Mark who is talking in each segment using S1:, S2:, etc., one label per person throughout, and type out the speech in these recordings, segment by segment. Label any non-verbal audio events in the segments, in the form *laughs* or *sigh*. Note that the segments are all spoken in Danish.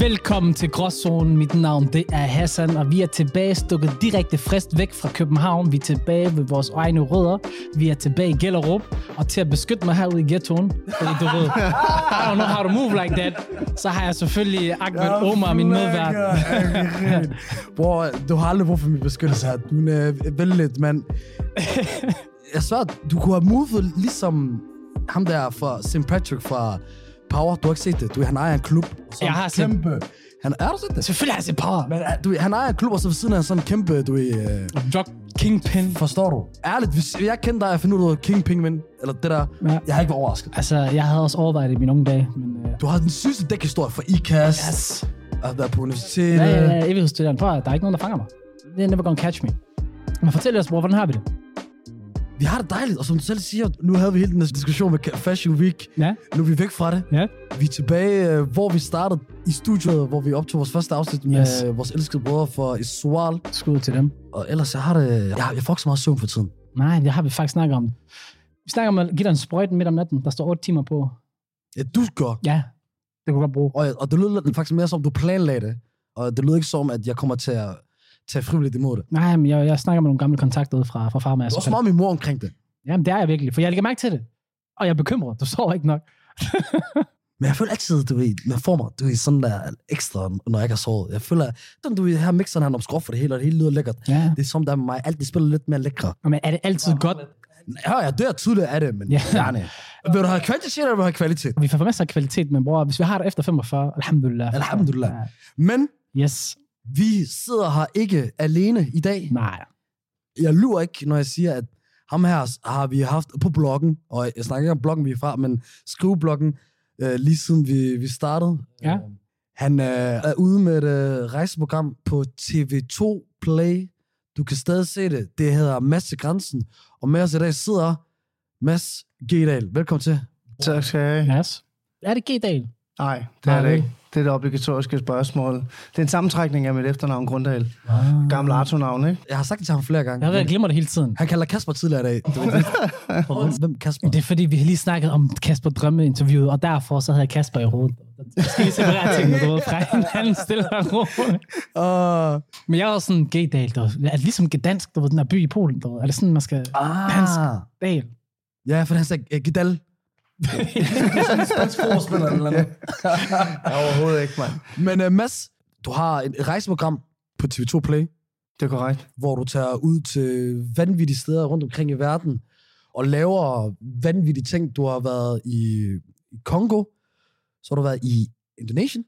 S1: Velkommen til Gråzonen. Mit navn det er Hassan, og vi er tilbage stukket direkte frist væk fra København. Vi er tilbage ved vores egne rødder. Vi er tilbage i Gellerup. Og til at beskytte mig herude i ghettoen, fordi du *laughs* ved, I don't know how to move like that, så har jeg selvfølgelig Ahmed Omar, min medvært. *laughs*
S2: Bror, du har aldrig brug for min beskyttelse her. Du er øh,
S1: *laughs*
S2: vellidt, mand. Jeg svær, du kunne have movet ligesom ham der fra St. Patrick fra Power. Du har ikke set det. Du, han ejer en klub. og så en
S1: Jeg har set-
S2: kæmpe. Han, er du set det?
S1: Selvfølgelig har jeg set power.
S2: Men, øh, du, han ejer en klub, og så ved siden af sådan en kæmpe, du ved, øh,
S1: Drug Kingpin.
S2: Forstår du? Ærligt, hvis jeg kendte dig, jeg finder ud af King Penguin, eller det der,
S1: Ja.
S2: ja. jeg har ikke været overrasket.
S1: Altså, jeg havde også overvejet det i mine unge dage, men... Uh,
S2: Du har den sygeste dækhistorie fra IKAST, yes.
S1: yes.
S2: og været på universitetet.
S1: Ja, ja, ja, evighedsstuderende. Prøv at, der er ikke nogen, der fanger mig. Det er never gonna catch me. Men fortæl os, bror, hvordan har vi det?
S2: Vi har det dejligt, og som du selv siger, nu havde vi hele den her diskussion med Fashion Week.
S1: Ja,
S2: Nu er vi væk fra det.
S1: ja.
S2: Vi er tilbage, øh, hvor vi startede i studiet, hvor vi optog vores første afsnit med
S1: Yes.
S2: yes. vores elskede brødre fra Isual.
S1: Skud til dem.
S2: Og ellers, jeg har det... Jeg, jeg får ikke så meget søvn for tiden.
S1: Nej, det har vi faktisk snakket om. Vi snakker om at give dig en sprøjte midt om natten, der står 8 timer på.
S2: Ja, du gør.
S1: Ja, det kunne du godt bruge.
S2: Og, og det lød faktisk mere som, du planlagde det. Og det lød ikke som, at jeg kommer til at tage frivilligt imod det.
S1: Nej, men jeg, jeg snakker med nogle gamle kontakter ude fra, fra farma.
S2: Det var også meget min mor omkring det.
S1: Jamen, det er jeg virkelig, for jeg lægger mærke til det. Og jeg er bekymret. Du sover ikke nok.
S2: Men jeg føler altid, du ved, man får mig, du ved, sådan der ekstra, når jeg ikke har sovet. Jeg føler, den du ved, her mixeren, han omskrår for det hele, og det hele lyder lækkert.
S1: Ja.
S2: Det er som der er med mig, alt det spiller lidt mere lækre.
S1: Men er det altid godt?
S2: Hør, jeg dør tidligt af det, men
S1: Ja.
S2: ja. gerne. Vil du have kvantitet, eller vil du have kvalitet?
S1: Vi får masser af kvalitet, men bror, hvis vi har det efter 45, alhamdulillah.
S2: Alhamdulillah.
S1: Ja.
S2: Men
S1: Yes.
S2: vi sidder her ikke alene i dag.
S1: Nej.
S2: Jeg lyver ikke, når jeg siger, at ham her har vi haft på bloggen, og jeg snakker ikke om bloggen, vi er fra, men skrivebloggen, øh, lige siden vi, vi startede.
S1: Ja.
S2: Øh, Han øh, er ude med et øh, rejseprogram på TV2 Play. Du kan stadig se det. Det hedder Mads til grænsen. Og med os i dag sidder Mads Gedal. Velkommen til.
S3: Tak skal jeg have.
S1: Yes. Er det G-dagen?
S3: Nej, det er
S1: Nej,
S3: det ikke. Det er det obligatoriske spørgsmål. Det er en sammentrækning af mit efternavn, Grundal. Gammel Arto-navn, ikke?
S2: Jeg har sagt det til ham flere gange.
S1: Jeg ved, jeg glemmer det hele tiden.
S2: Han kalder Kasper tidligere i dag. Det *laughs* var det. Hvem Kasper?
S1: Det er fordi, vi har lige snakket om Kasper Drømme-interviewet, og derfor så havde jeg Kasper i hovedet. Jeg skal lige
S2: *laughs*
S1: separere tingene, du ved, fra hinanden stille og roligt.
S2: Uh,
S1: Men jeg er også sådan gaydal, du ved. Er det ligesom dansk, du ved, den her by i Polen, du ved? Er det sådan, man skal...
S2: ah.
S1: Dansk. Dal.
S2: Ja, for han sagde øh, Gedal. *laughs* Spansk forspiller eller
S3: *laughs*
S2: noget.
S3: Ja, overhovedet ikke, mand.
S2: Men uh, Mads, du har et rejseprogram på TV2 Play,
S3: Det er korrekt.
S2: hvor du tager ud til vanvittige steder rundt omkring i verden og laver vanvittige ting. Du har været i i Kongo, så har du været i Indonesien,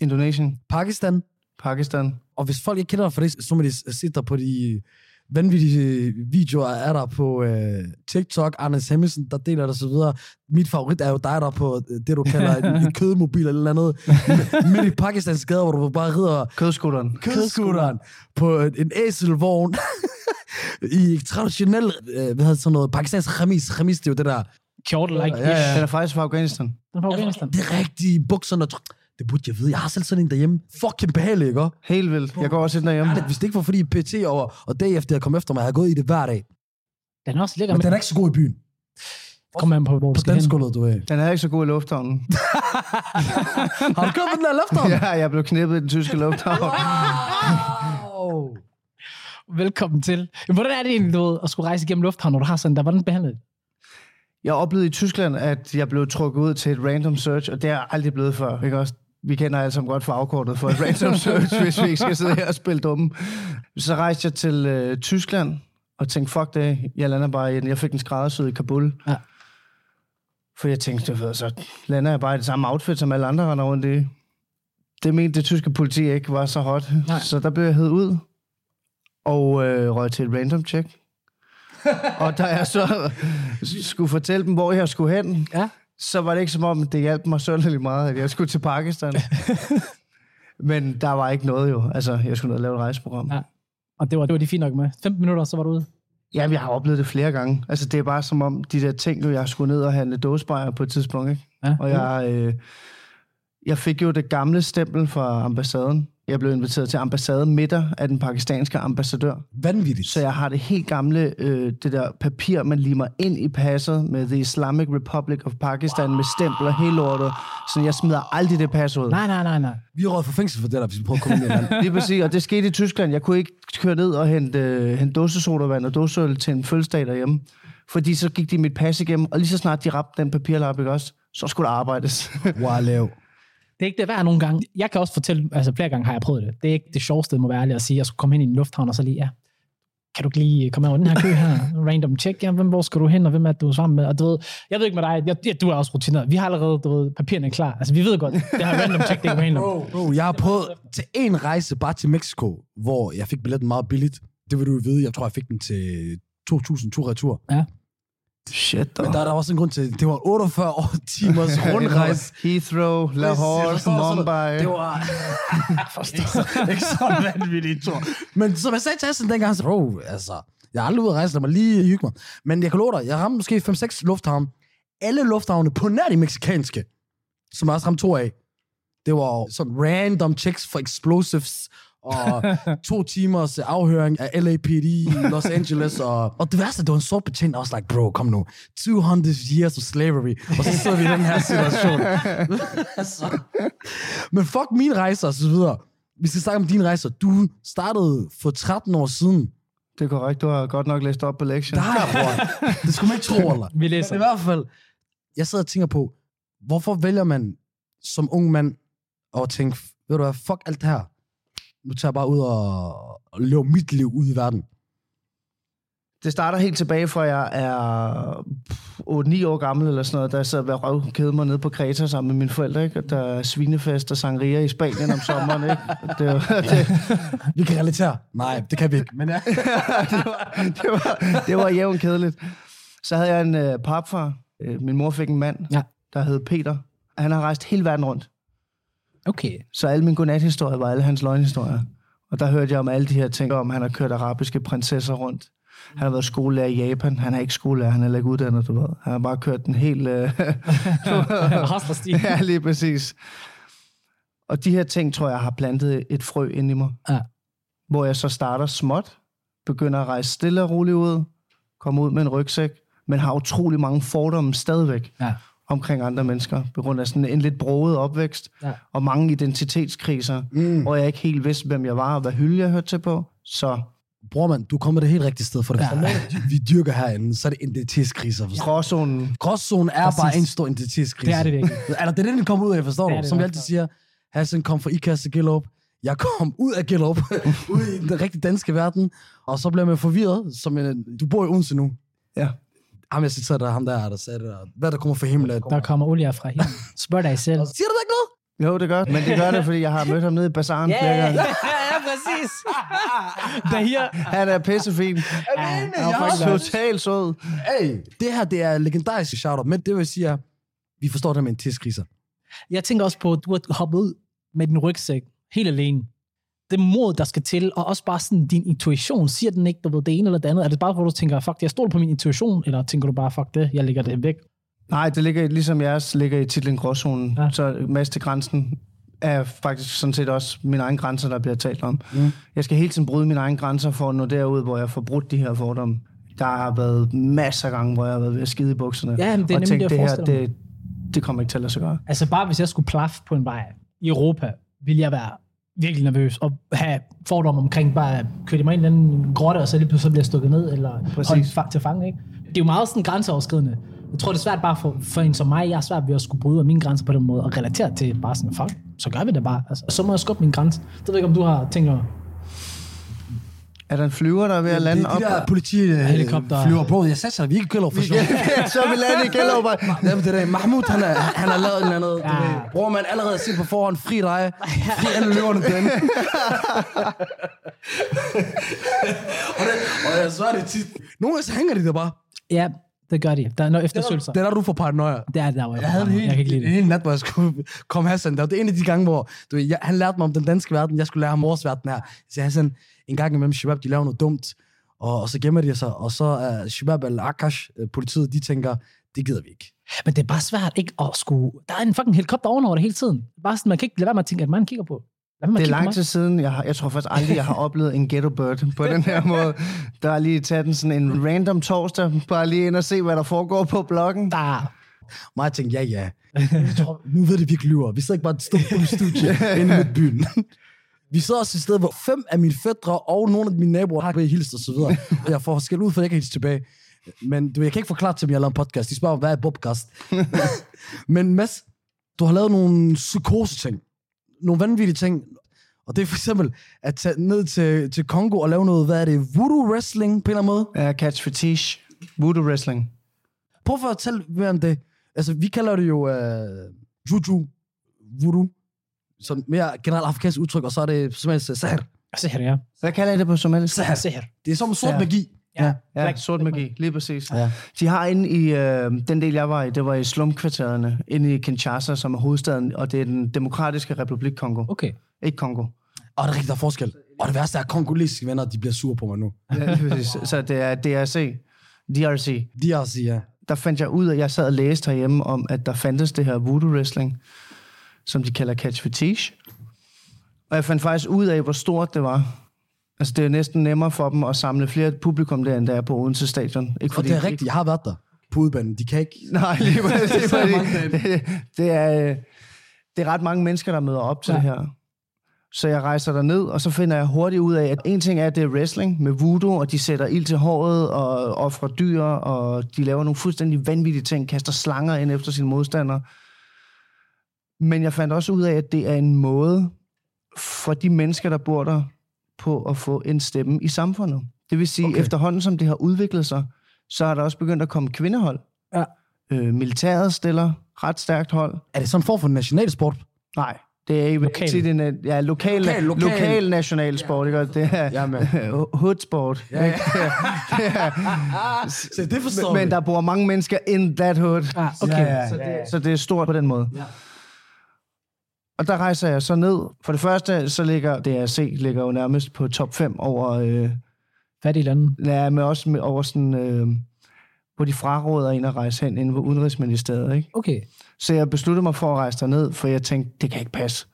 S3: Indonesien,
S2: Pakistan,
S3: Pakistan.
S2: og hvis folk ikke kender dig for det, så må de s- se dig på de vanvittige videoer, er der på øh, TikTok, Anders Hemmingsen, der deler det og så videre. Mit favorit er jo dig, der er på øh, det, du kalder en, en kødmobil eller noget andet, midt i Pakistans gader, hvor du bare rider
S3: Kødskutteren.
S2: kødskutteren på en, en æselvogn *laughs* i traditionel, øh, hvad hedder det, sådan noget, pakistansk khamis. Khamis, det er jo det der,
S1: Kjortel, like
S2: Ja, ja.
S3: Den er faktisk fra Afghanistan.
S1: Den er fra Afghanistan.
S2: det rigtige bukserne. Det burde jeg vide. Jeg har selv sådan en derhjemme. Fucking behagelig, ikke?
S3: Helt vildt. Jeg går også ind derhjemme.
S2: Hvis det ikke var fordi PT og, og DF, der kom efter mig, jeg havde gået i det hver dag.
S1: Den er også lækker,
S2: Men
S1: men
S2: den er ikke så god i byen.
S1: kommer an på, hvor du
S2: På
S1: skal hen.
S2: danskullet, du ved.
S3: Den er ikke så god i lufthavnen.
S2: Har *laughs* du købt den der lufthavn?
S3: *laughs* Ja, jeg blev knippet i den tyske lufthavn.
S2: Wow.
S1: Velkommen til. Jamen, Hvordan er det egentlig, du ved, at skulle rejse igennem lufthavn, når du har sådan der? Hvordan behandler det?
S3: Jeg oplevede i Tyskland, at jeg blev trukket ud til et random search, og det er jeg aldrig blevet før, ikke også? Vi kender alle sammen godt
S1: *laughs*
S3: fagkortet for et random search, hvis vi ikke skal sidde her og spille dumme. Så rejste jeg til øh, Tyskland og tænkte, fuck det, jeg lander bare i den. Jeg fik en skræddersyet i Kabul.
S1: Ja.
S3: For jeg tænkte, du ved, så lander jeg bare i det samme outfit, som alle andre render rundt i. Det mente det tyske politi ikke var så hot.
S1: Nej.
S3: Så der blev jeg hed ud og øh, røg til et random check. og da jeg så skulle fortælle dem, hvor jeg skulle hen,
S1: Ja.
S3: så var det ikke som om, det hjalp mig sønderlig meget, at jeg skulle til
S1: *laughs*
S3: Pakistan. Men der var ikke noget jo. Altså, jeg skulle ned og lave et rejseprogram.
S1: Ja. Og det var, det var de fint nok med. 15 minutter, så var du ude.
S3: Jamen, jeg har oplevet det flere gange. Altså, det er bare som om, de der ting, du, jeg skulle ned og handle dåsebajer på et tidspunkt, ikke?
S1: Ja.
S3: Og jeg, øh, jeg fik jo det gamle stempel fra ambassaden, Jeg blev inviteret til ambassademiddag af den pakistanske ambassadør.
S2: Vanvittigt.
S3: Så jeg har det helt gamle, øh, det der papir, man limer ind i passet med The Islamic Republic of Pakistan wow. med stempler hele lortet. Så jeg smider aldrig det pas ud.
S1: Nej, nej, nej, nej.
S2: Vi er råd for fængsel for det der, hvis vi prøver at komme ind i landet.
S3: Lige præcis, og det skete i Tyskland. Jeg kunne ikke køre ned og hente, øh, hente dåsesodavand og dåseøl til en fødselsdag derhjemme. Fordi så gik de mit pas igennem, og lige så snart de rapte den papirlap, ikke også? Så skulle der arbejdes.
S2: Wow, lav.
S1: Det er ikke det værd nogle gange. Jeg kan også fortælle, altså flere gange har jeg prøvet det. Det er ikke det sjoveste, må være ærlig at sige. Jeg skulle komme hen i en lufthavn, og så lige, ja, kan du ikke lige komme over den her kø her? *laughs* Random check, ja, hvem, hvor skal du hen, og hvem er det, du er sammen med? Og du ved, jeg ved ikke med dig, jeg, ja, du er også rutineret. Vi har allerede, du ved, papirerne klar. Altså, vi ved godt, det her random check, det er ikke *laughs* random.
S2: Bro, bro, jeg har prøvet til en rejse bare til Mexico, hvor jeg fik billetten meget billigt. Det vil du jo vide, jeg tror, jeg fik den til 2.000 tur retur.
S1: Ja.
S3: Shit,
S2: Men der er der også en grund til, det var 48 år- timers rundrejse.
S3: Heathrow,
S2: *laughs*
S3: Lahore,
S2: Præcis, og sådan-
S3: Mumbai.
S2: Det var *laughs* ikke, så, ikke så vanvittigt, tror Men som jeg sagde til Hassan dengang, så, bro, altså, jeg er aldrig ude at rejse, lad mig lige hygge mig. Men jeg kan love dig, jeg ramte måske 5-6 lufthavne. Alle lufthavne på nær de meksikanske, som jeg også ramte to af. Det var sådan random checks for explosives, *laughs* og to timers øh, afhøring af LAPD i Los Angeles. *laughs* Og, og det værste, det var en sort betjent, og også like, bro, kom nu. 200 years of slavery. Og så sidder vi i den her situation. altså. *laughs* Men fuck mine rejser og så videre. Vi skal snakke om dine rejser. Du startede for 13 år siden.
S3: Det er korrekt, du har godt nok læst op på lektien.
S2: Nej, bror. Det skulle man ikke *laughs* tro, eller?
S1: Vi
S2: Men
S1: læser.
S2: i hvert fald, jeg sidder og tænker på, hvorfor vælger man som ung mand at tænke, ved du hvad, fuck alt det her. Nu tager jeg bare ud og, og lever mit liv ud i verden.
S3: Det starter helt tilbage fra, jeg er pff, 8-9 år gammel eller sådan noget, da jeg sad og røvkede mig nede på Kreta sammen med mine forældre, ikke? Og der er svinefest og sangria i Spanien om sommeren, ikke? Og Det var, *laughs* det,
S2: Vi kan relatere. Nej, det kan vi ikke. *laughs* Men ja.
S3: det var, det var jævnt kedeligt. Så havde jeg en øh, papfar. Øh, min mor fik en mand,
S1: Ja.
S3: der hed Peter. Han har rejst hele verden rundt.
S1: Okay.
S3: Så alle mine godnathistorier var alle hans løgnhistorier. Og der hørte jeg om alle de her ting, om han har kørt arabiske prinsesser rundt. Han har været skolelærer i Japan. Han er ikke skolelærer, han er heller ikke uddannet, du ved. Han har bare kørt den helt... Øh, *laughs*
S1: *laughs* Hostlerstil.
S3: ja, lige præcis. Og de her ting, tror jeg, har plantet et frø ind i mig.
S1: Ja.
S3: Hvor jeg så starter småt, begynder at rejse stille og roligt ud, kommer ud med en rygsæk, men har utrolig mange fordomme stadigvæk
S1: Ja.
S3: omkring andre mennesker, på grund af sådan en lidt broet opvækst
S1: Ja.
S3: og mange identitetskriser, mm. hvor jeg ikke helt vidste, hvem jeg var og hvad hylde jeg hørte til på. Så
S2: Bror mand, du kommer det helt rigtige sted for det.
S1: Ja.
S2: Ja. Vi dyrker herinde, så er det identitetskriser. Ja.
S3: gråzonen,
S2: Gråzonen er
S1: Præcis.
S2: Præcis. bare en stor identitetskrise.
S1: Det er det virkelig.
S2: Eller det er det, den kommer ud af, forstår
S1: Det er
S2: du?
S1: det
S2: Som vi
S1: i
S2: altid
S1: hvert
S2: siger, Hassan kom fra Ikast til Gellup. Jeg kom ud af Gellup, *laughs* ud i den rigtig danske verden, og så blev man forvirret. Som en, du bor i Odense nu.
S3: ja,
S2: Ham, jeg citerede, der, ham der, der sagde det der. Hvad der kommer fra himlen?
S1: Der kommer olier fra hende. Spørg dig selv.
S2: Siger du da ikke noget?
S3: Jo, det gør det, men det gør det, fordi jeg har mødt ham nede i bazaren yeah. flere gange.
S1: *laughs* ja, præcis. Der her.
S3: Han er pissefin.
S1: Ja,
S2: enig,
S1: og
S2: jeg
S1: fucking
S2: også.
S1: nice.
S3: Totalt sød.
S2: Hey, det her, det er legendarisk shout-out, men det vil sige, at vi forstår det her med identitetskriser.
S1: Jeg tænker også på, at du har hoppet ud med din rygsæk helt alene. Det mod, der skal til, og også bare sådan din intuition. Siger den ikke, du ved, det ene eller det andet? Er det bare, hvor du tænker, fuck, jeg stoler på min intuition? Eller tænker du bare, fuck det, jeg lægger det væk?
S3: Nej, det ligger, i- ligesom jeres ligger i titlen Gråzonen,
S1: Ja.
S3: ja. så Mads til grænsen er faktisk sådan set også min egen grænser, der bliver talt om. Mm. Jeg skal hele tiden bryde mine egne grænser for at nå derud, hvor jeg får brudt de her fordomme. Der har været masser af gange, hvor jeg har været ved at skide i bukserne.
S1: Ja, men det er
S3: og
S1: nemlig det,
S3: tænkt,
S1: jeg
S3: det her,
S1: forestiller
S3: det, det kommer ikke til at lade sig gøre.
S1: Altså bare hvis jeg skulle plaffe på en vej i Europa, ville jeg være virkelig nervøs og have fordomme omkring bare, kører de mig ind i en eller anden grotte, og så lige pludselig bliver jeg stukket ned, eller
S3: Præcis.
S1: holdt fa- til fange, ikke? Det er jo meget sådan grænseoverskridende. Jeg tror, det er svært bare for, for en som mig, jeg er svært ved at skulle bryde af mine grænser på den måde, og relatere til bare sådan, fuck, så gør vi det bare. Altså, så må jeg skubbe min grænse. Det ved jeg ikke, om du har tænkt over.
S3: Er der en flyver, der er ved at lande
S2: det,
S3: op?
S2: de der politihelikopter.
S1: Helikopter.
S2: Flyver på, jeg satser, at vi ikke gælder for *laughs* sjov.
S3: så er vi landet i
S2: *laughs*
S3: Gellerup.
S2: Jamen, det der, Mahmoud, han er, han har lavet en eller anden,
S1: Ja.
S2: ja. bror, man allerede set på forhånd, fri dig, fri alle løverne *laughs* den. og, det, og jeg svarer det tit. Nogle gange så hænger de der bare.
S1: Ja, det gør de. Der er noget eftersøgelser.
S2: Det er der, du får paranoia.
S1: Det er der, hvor jeg,
S2: Jeg havde en
S1: jeg kan ikke lide
S2: hel, en
S1: det.
S2: hel nat, hvor jeg skulle *laughs* komme Hassan. Det var det ene af de gange, hvor du, ved, jeg, han lærte mig om den danske verden. Jeg skulle lære ham vores verden her. Så Hassan, en gang imellem Shabab, de laver noget dumt. Og, og så gemmer de sig. Og så er uh, Shabab eller Akash, uh, politiet, de tænker, det gider vi ikke.
S1: Men det er bare svært ikke at skulle... Der er en fucking helikopter ovenover det hele tiden. Bare sådan, man kan ikke lade være med at tænke, at man kigger på. Lad mig
S3: Det er
S1: kigge på
S3: lang
S1: mig.
S3: tid siden. Jeg, har, jeg tror faktisk aldrig, jeg har oplevet en ghetto bird på den her måde. Der er lige taget den sådan en random torsdag. Bare lige ind og se, hvad der foregår på bloggen.
S1: Der.
S2: Mig tænkte, ja, ja. Jeg tror, nu ved det, vi ikke lyver. Vi sidder ikke bare et stort dumt studie inde midt i byen. Vi sidder også et sted, hvor fem af mine fædre og nogle af mine naboer har ikke hilst og så videre. Og jeg får skæld ud, for jeg kan hilse tilbage. Men du, ved, jeg kan ikke forklare til dem, jeg har lavet en podcast. De spørger, hvad er podcast? Men Mads, du har lavet nogle psykose-ting. Nogle vanvittige ting. Og det er for eksempel at tage ned til, til Kongo og lave noget, hvad er det, voodoo wrestling på en eller anden måde?
S3: Uh, catch fetiche. Voodoo wrestling.
S2: Prøv at fortælle mere om det. Altså, vi kalder det jo øh, juju, voodoo, sådan mere generelt afrikansk udtryk, og så er det simpelthen sahar.
S1: Ah, Se her, ja.
S3: Hvad kalder I det på somalisk?
S1: Se her.
S2: Det er som sort
S3: Ja.
S2: ja. magi.
S1: Ja,
S3: Ja, sort magi, lige præcis.
S2: Ja.
S3: De har inde i, øh, den del jeg var i, det var i slumkvartererne, inde i Kinshasa, som er hovedstaden, og det er den demokratiske republik Kongo.
S1: Okay.
S3: Ikke Kongo.
S2: Og der er rigtig der er forskel. Og det værste er, at kongolesiske venner, de bliver sure på mig nu.
S3: Ja, lige præcis. Så det er DRC. DRC.
S2: De er også ja.
S3: Der fandt jeg ud af, jeg sad og læste herhjemme om, at der fandtes det her voodoo wrestling, som de kalder catch fetiche. Og jeg fandt faktisk ud af, hvor stort det var. Altså, det er næsten nemmere for dem at samle flere publikum der, end der er på Odense Stadion. Ikke
S2: Og det er rigtigt, jeg har været der på udbanen. De kan ikke...
S3: *laughs* Nej, lige præcis.
S2: *laughs* Så er
S3: fordi
S2: mange
S3: det, det, er, øh, det er ret mange mennesker, der møder op til
S1: Ja.
S3: ja. det her. Så jeg rejser derned, og så finder jeg hurtigt ud af, at en ting er, at det er wrestling med voodoo, og de sætter ild til håret og offrer dyr, og de laver nogle fuldstændig vanvittige ting, kaster slanger ind efter sine modstandere. Men jeg fandt også ud af, at det er en måde for de mennesker, der bor der, på at få en stemme i samfundet. Det vil sige,
S2: Okay.
S3: okay. efterhånden som det har udviklet sig, så er der også begyndt at komme kvindehold.
S1: Ja.
S3: Øh, militæret stiller ret stærkt hold.
S2: Er det sådan en form for national sport?
S3: Nej, det er ikke
S1: Lokal.
S3: tit en ja, lokal, lokal,
S2: Lokal,
S3: lokal.
S2: lokal.
S3: lokal national sport. Ikke? Og Det er *laughs*
S2: Jamen.
S3: hoodsport.
S2: Ja, *laughs* ja.
S3: ja.
S2: Så det forstår
S3: Ah. Men der bor mange mennesker in that hood.
S1: Ah, okay.
S2: Ja, ja,
S3: Så, det, så det er stort på den måde.
S2: Ja.
S3: Og der rejser jeg så ned. For det første, så ligger DRC ligger jo nærmest på top 5 over, øh,
S1: Fattige lande.
S3: ja, men også med, over sådan, øh, hvor de fraråder en at rejse hen inde på Udenrigsministeriet. Ikke?
S1: Okay.
S3: Så jeg besluttede mig for at rejse derned, for jeg tænkte, det kan ikke passe.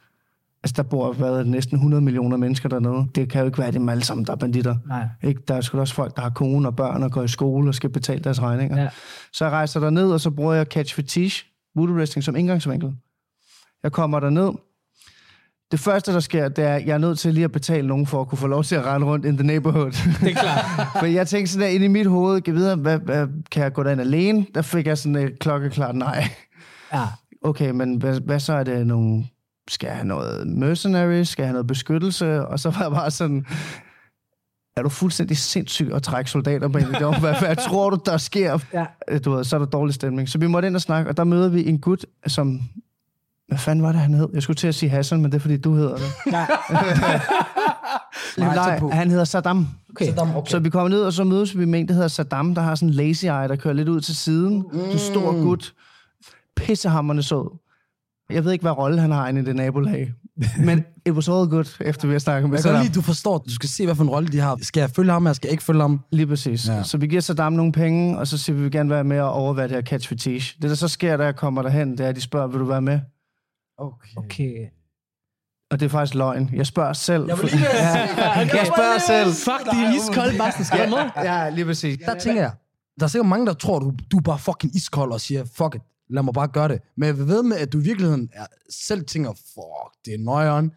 S3: Altså, der bor hvad, er det, næsten 100 millioner mennesker dernede. Det kan jo ikke være, at dem alle sammen, der er banditter.
S1: Nej.
S3: Ikke? Der er sgu da også folk, der har kone og børn og går i skole og skal betale deres regninger.
S1: Ja.
S3: Ja. Så jeg rejser derned, og så bruger jeg catch fetiche, voodoo wrestling, som indgangsvinkel. Jeg kommer derned. Det første, der sker, det er, at jeg er nødt til lige at betale nogen for at kunne få lov til at rende rundt in the neighborhood.
S1: Det er klart.
S3: *laughs* For jeg tænkte sådan der inde i mit hoved, kan, videre, hvad, hvad, kan jeg gå derind alene? Der fik jeg sådan et klokkeklart nej.
S1: ja.
S3: Okay, men hvad, hvad så er det nogle... Skal jeg have noget mercenary? Skal jeg have noget beskyttelse? Og så var jeg bare sådan... Er du fuldstændig sindssyg at trække soldater på en idé? Hvad, hvad tror du, der sker?
S1: Ja.
S3: Øh, Du ved, så er der dårlig stemning. Så vi måtte ind og snakke, og der møder vi en gut, som... Hvad fanden var det, han hed? Jeg skulle til at sige Hassan, men det er, fordi du hedder det. *laughs*
S1: Ja.
S2: Nej,
S3: Nej,
S2: tæt på.
S3: han hedder Saddam.
S1: Okay.
S3: Så vi kommer ned, og så mødes vi med en, der hedder Saddam, der har sådan en lazy eye, der kører lidt ud til siden. Mm. Så stor gut. Pissehammerne så. Jeg ved ikke, hvad rolle han har inde i det nabolag. Men it was all good, efter vi har snakket med
S2: Jeg kan godt
S3: Saddam.
S2: lide, at du forstår, at du skal se, hvad for en rolle de har. Skal jeg følge ham, eller skal jeg ikke følge ham?
S3: Lige præcis.
S2: Ja.
S3: Ja. Så vi giver Saddam nogle penge, og så siger vi, vi vil gerne være med og overvære det her catch fetiche. Det, der så sker, da jeg kommer derhen, det er, at de spørger, vil du være med?
S2: Okay.
S1: Okay.
S3: Og det er faktisk løgn. Jeg spørger selv.
S2: Jeg vil
S3: fordi-
S2: lige ved at
S3: *laughs* ja.
S2: sige,
S1: okay.
S3: Jeg spørger selv.
S1: Fuck, de er iskolde, Basten. Skal du med?
S3: Ja, lige præcis.
S2: Der tænker jeg, der er sikkert mange, der tror, du, du er bare fucking iskold og siger, fuck it, lad mig bare gøre det. Men jeg ved med, at du i virkeligheden er, selv tænker, fuck, det er nøjeren.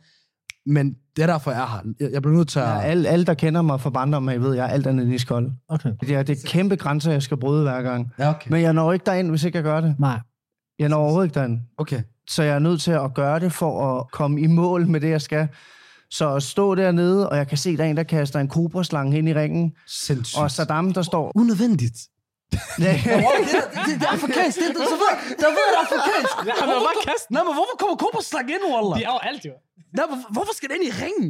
S2: Men det er derfor, jeg er her. Jeg, jeg bliver nødt til at...
S3: Ja,
S2: Ja,
S3: alle, alle, der kender mig fra barndommen, af, ved, jeg er alt andet end iskold.
S1: Okay.
S3: Ja, det er kæmpe grænser, jeg skal bryde hver gang.
S2: okay.
S3: Men jeg når ikke derind, hvis ikke jeg gør det.
S1: *laughs* Nej.
S3: Jeg når overhovedet ikke derind.
S2: okay.
S3: Så jeg er nødt til at gøre det for at komme i mål med det, jeg skal. Så at stå dernede, og jeg kan se, der er en, der kaster en kobraslange ind i ringen.
S2: Sindssygt.
S3: Og Saddam, der står...
S2: Unødvendigt.
S3: Ja,
S2: Wow, det, er- det, det, er afrikansk. Det, det, så ved, der ved, det er afrikansk.
S1: Han har bare kastet.
S2: Nej, men hvorfor kommer Cobra slang ind, Walla?
S1: De er jo alt, jo.
S2: Nej, men hvorfor skal den ind i ringen?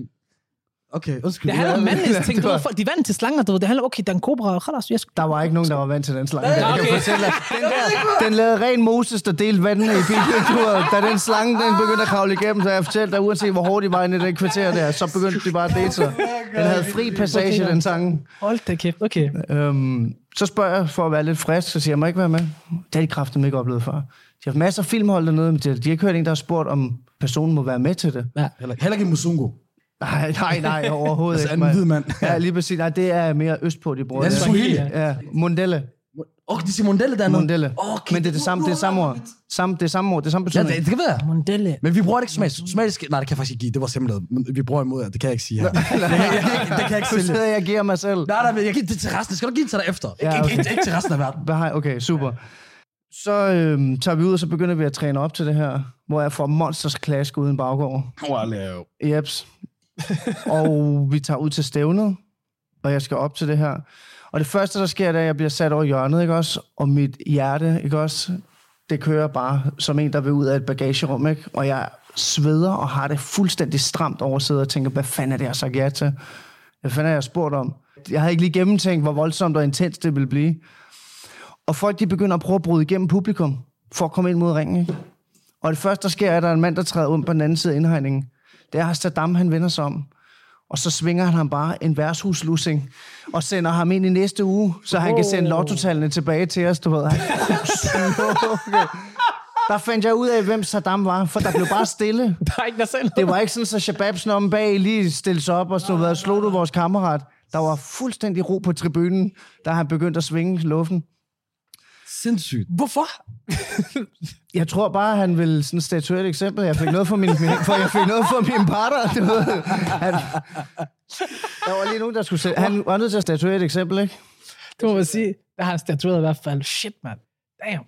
S2: Okay, undskyld.
S1: Det handler om
S3: Ja,
S1: mandlige
S3: det
S1: ting. Du ved,
S3: var-
S1: folk, de er vant til slanger, du ved. Det handler, okay, der er en kobra, og khalas, jeg skal...
S3: Der var ikke nogen, der var vant til den slange. Der. Jeg kan
S1: okay.
S3: fortælle dig, Den, der, den lavede ren Moses, der delte vandene i bilturen. Da den slange den begyndte at kravle igennem, så jeg fortalte dig, uanset hvor hårdt de var inde i det kvarter der, så begyndte de bare at date sig. Den havde fri passage, den sang.
S1: Hold da kæft, okay.
S3: Øhm, så spørger jeg for at være lidt frisk, så siger jeg, må jeg ikke være med? Det har de kraften ikke oplevet før. De har haft masser af filmhold dernede, men de har de har ikke hørt en, der har spurgt, om personen må være med til det.
S1: Ja.
S2: Heller, heller ikke i Musungo.
S3: Nej, nej, nej, overhovedet
S2: Altså,
S3: ikke.
S2: anden hvid mand.
S3: Ja, lige præcis. Nej, det er mere østpå, de bruger.
S2: Ja,
S3: det.
S2: Swahili.
S3: Ja, Mundelle.
S2: Åh, de siger Mondelle dernede.
S3: Mundelle.
S2: Okay.
S3: Men det er det samme, det er samme ord. Samme, det er samme ord, det er
S2: Ja,
S3: samme betydning.
S2: det, det kan være.
S1: Mondelle.
S2: Men vi bruger det ikke smag. Smag, det skal- nej, det kan jeg faktisk ikke give. Det var simpelthen. Men vi bruger imod jer. Det kan jeg ikke
S3: *laughs*
S2: sige her. det, kan, jeg, ikke- det kan jeg ikke
S3: Nu
S2: sælge.
S3: sidder jeg og giver mig selv.
S2: Nej, nej, men jeg giver det til resten. Skal du give det til dig efter? Ikke,
S3: Ja,
S2: ikke,
S3: okay.
S2: ikke, ikke til resten af verden.
S3: Hvad har jeg? Okay, super. Så øhm, tager vi ud, og så begynder vi at træne op til det her, hvor jeg får monsters klask uden baggård. Jeps. og vi tager ud til stævnet, og jeg skal op til det her. Og det første, der sker, det er, at jeg bliver sat over hjørnet, ikke også? Og mit hjerte, ikke også? Det kører bare som en, der vil ud af et bagagerum, ikke? Og jeg sveder og har det fuldstændig stramt over sidder og tænker, hvad fanden er det, jeg har sagt ja til? Hvad fanden er jeg spurgt om? Jeg havde ikke lige gennemtænkt, hvor voldsomt og intens det ville blive. Og folk, de begynder at prøve at bryde igennem publikum, for at komme ind mod ringen, ikke? Og det første, der sker, er, at der er en mand, der træder om på den anden side af indhegningen. Det er Saddam, han vender sig om. Og så svinger han ham bare en værtshuslussing og sender ham ind i næste uge, så han kan sende lottotallene tilbage til os, du ved. Okay. Der fandt jeg ud af, hvem Saddam var, for der blev bare stille.
S1: *laughs* Der er ikke der selv.
S3: Det var ikke sådan, så Shababsen om bag lige stille sig op og stod ved og slog du vores kammerat. Der var fuldstændig ro på tribunen, da han begyndte at svinge luften.
S2: Sindssygt.
S1: Hvorfor?
S3: Jeg tror bare, han ville sådan statuere et eksempel. Jeg fik noget for min, for jeg fik noget for min parter. Du ved. Han, der var lige nogen, der skulle sætte. Han var nødt til at statuere et eksempel, ikke?
S1: Det må man sige. Der har han statueret i hvert fald. Shit, mand. Damn.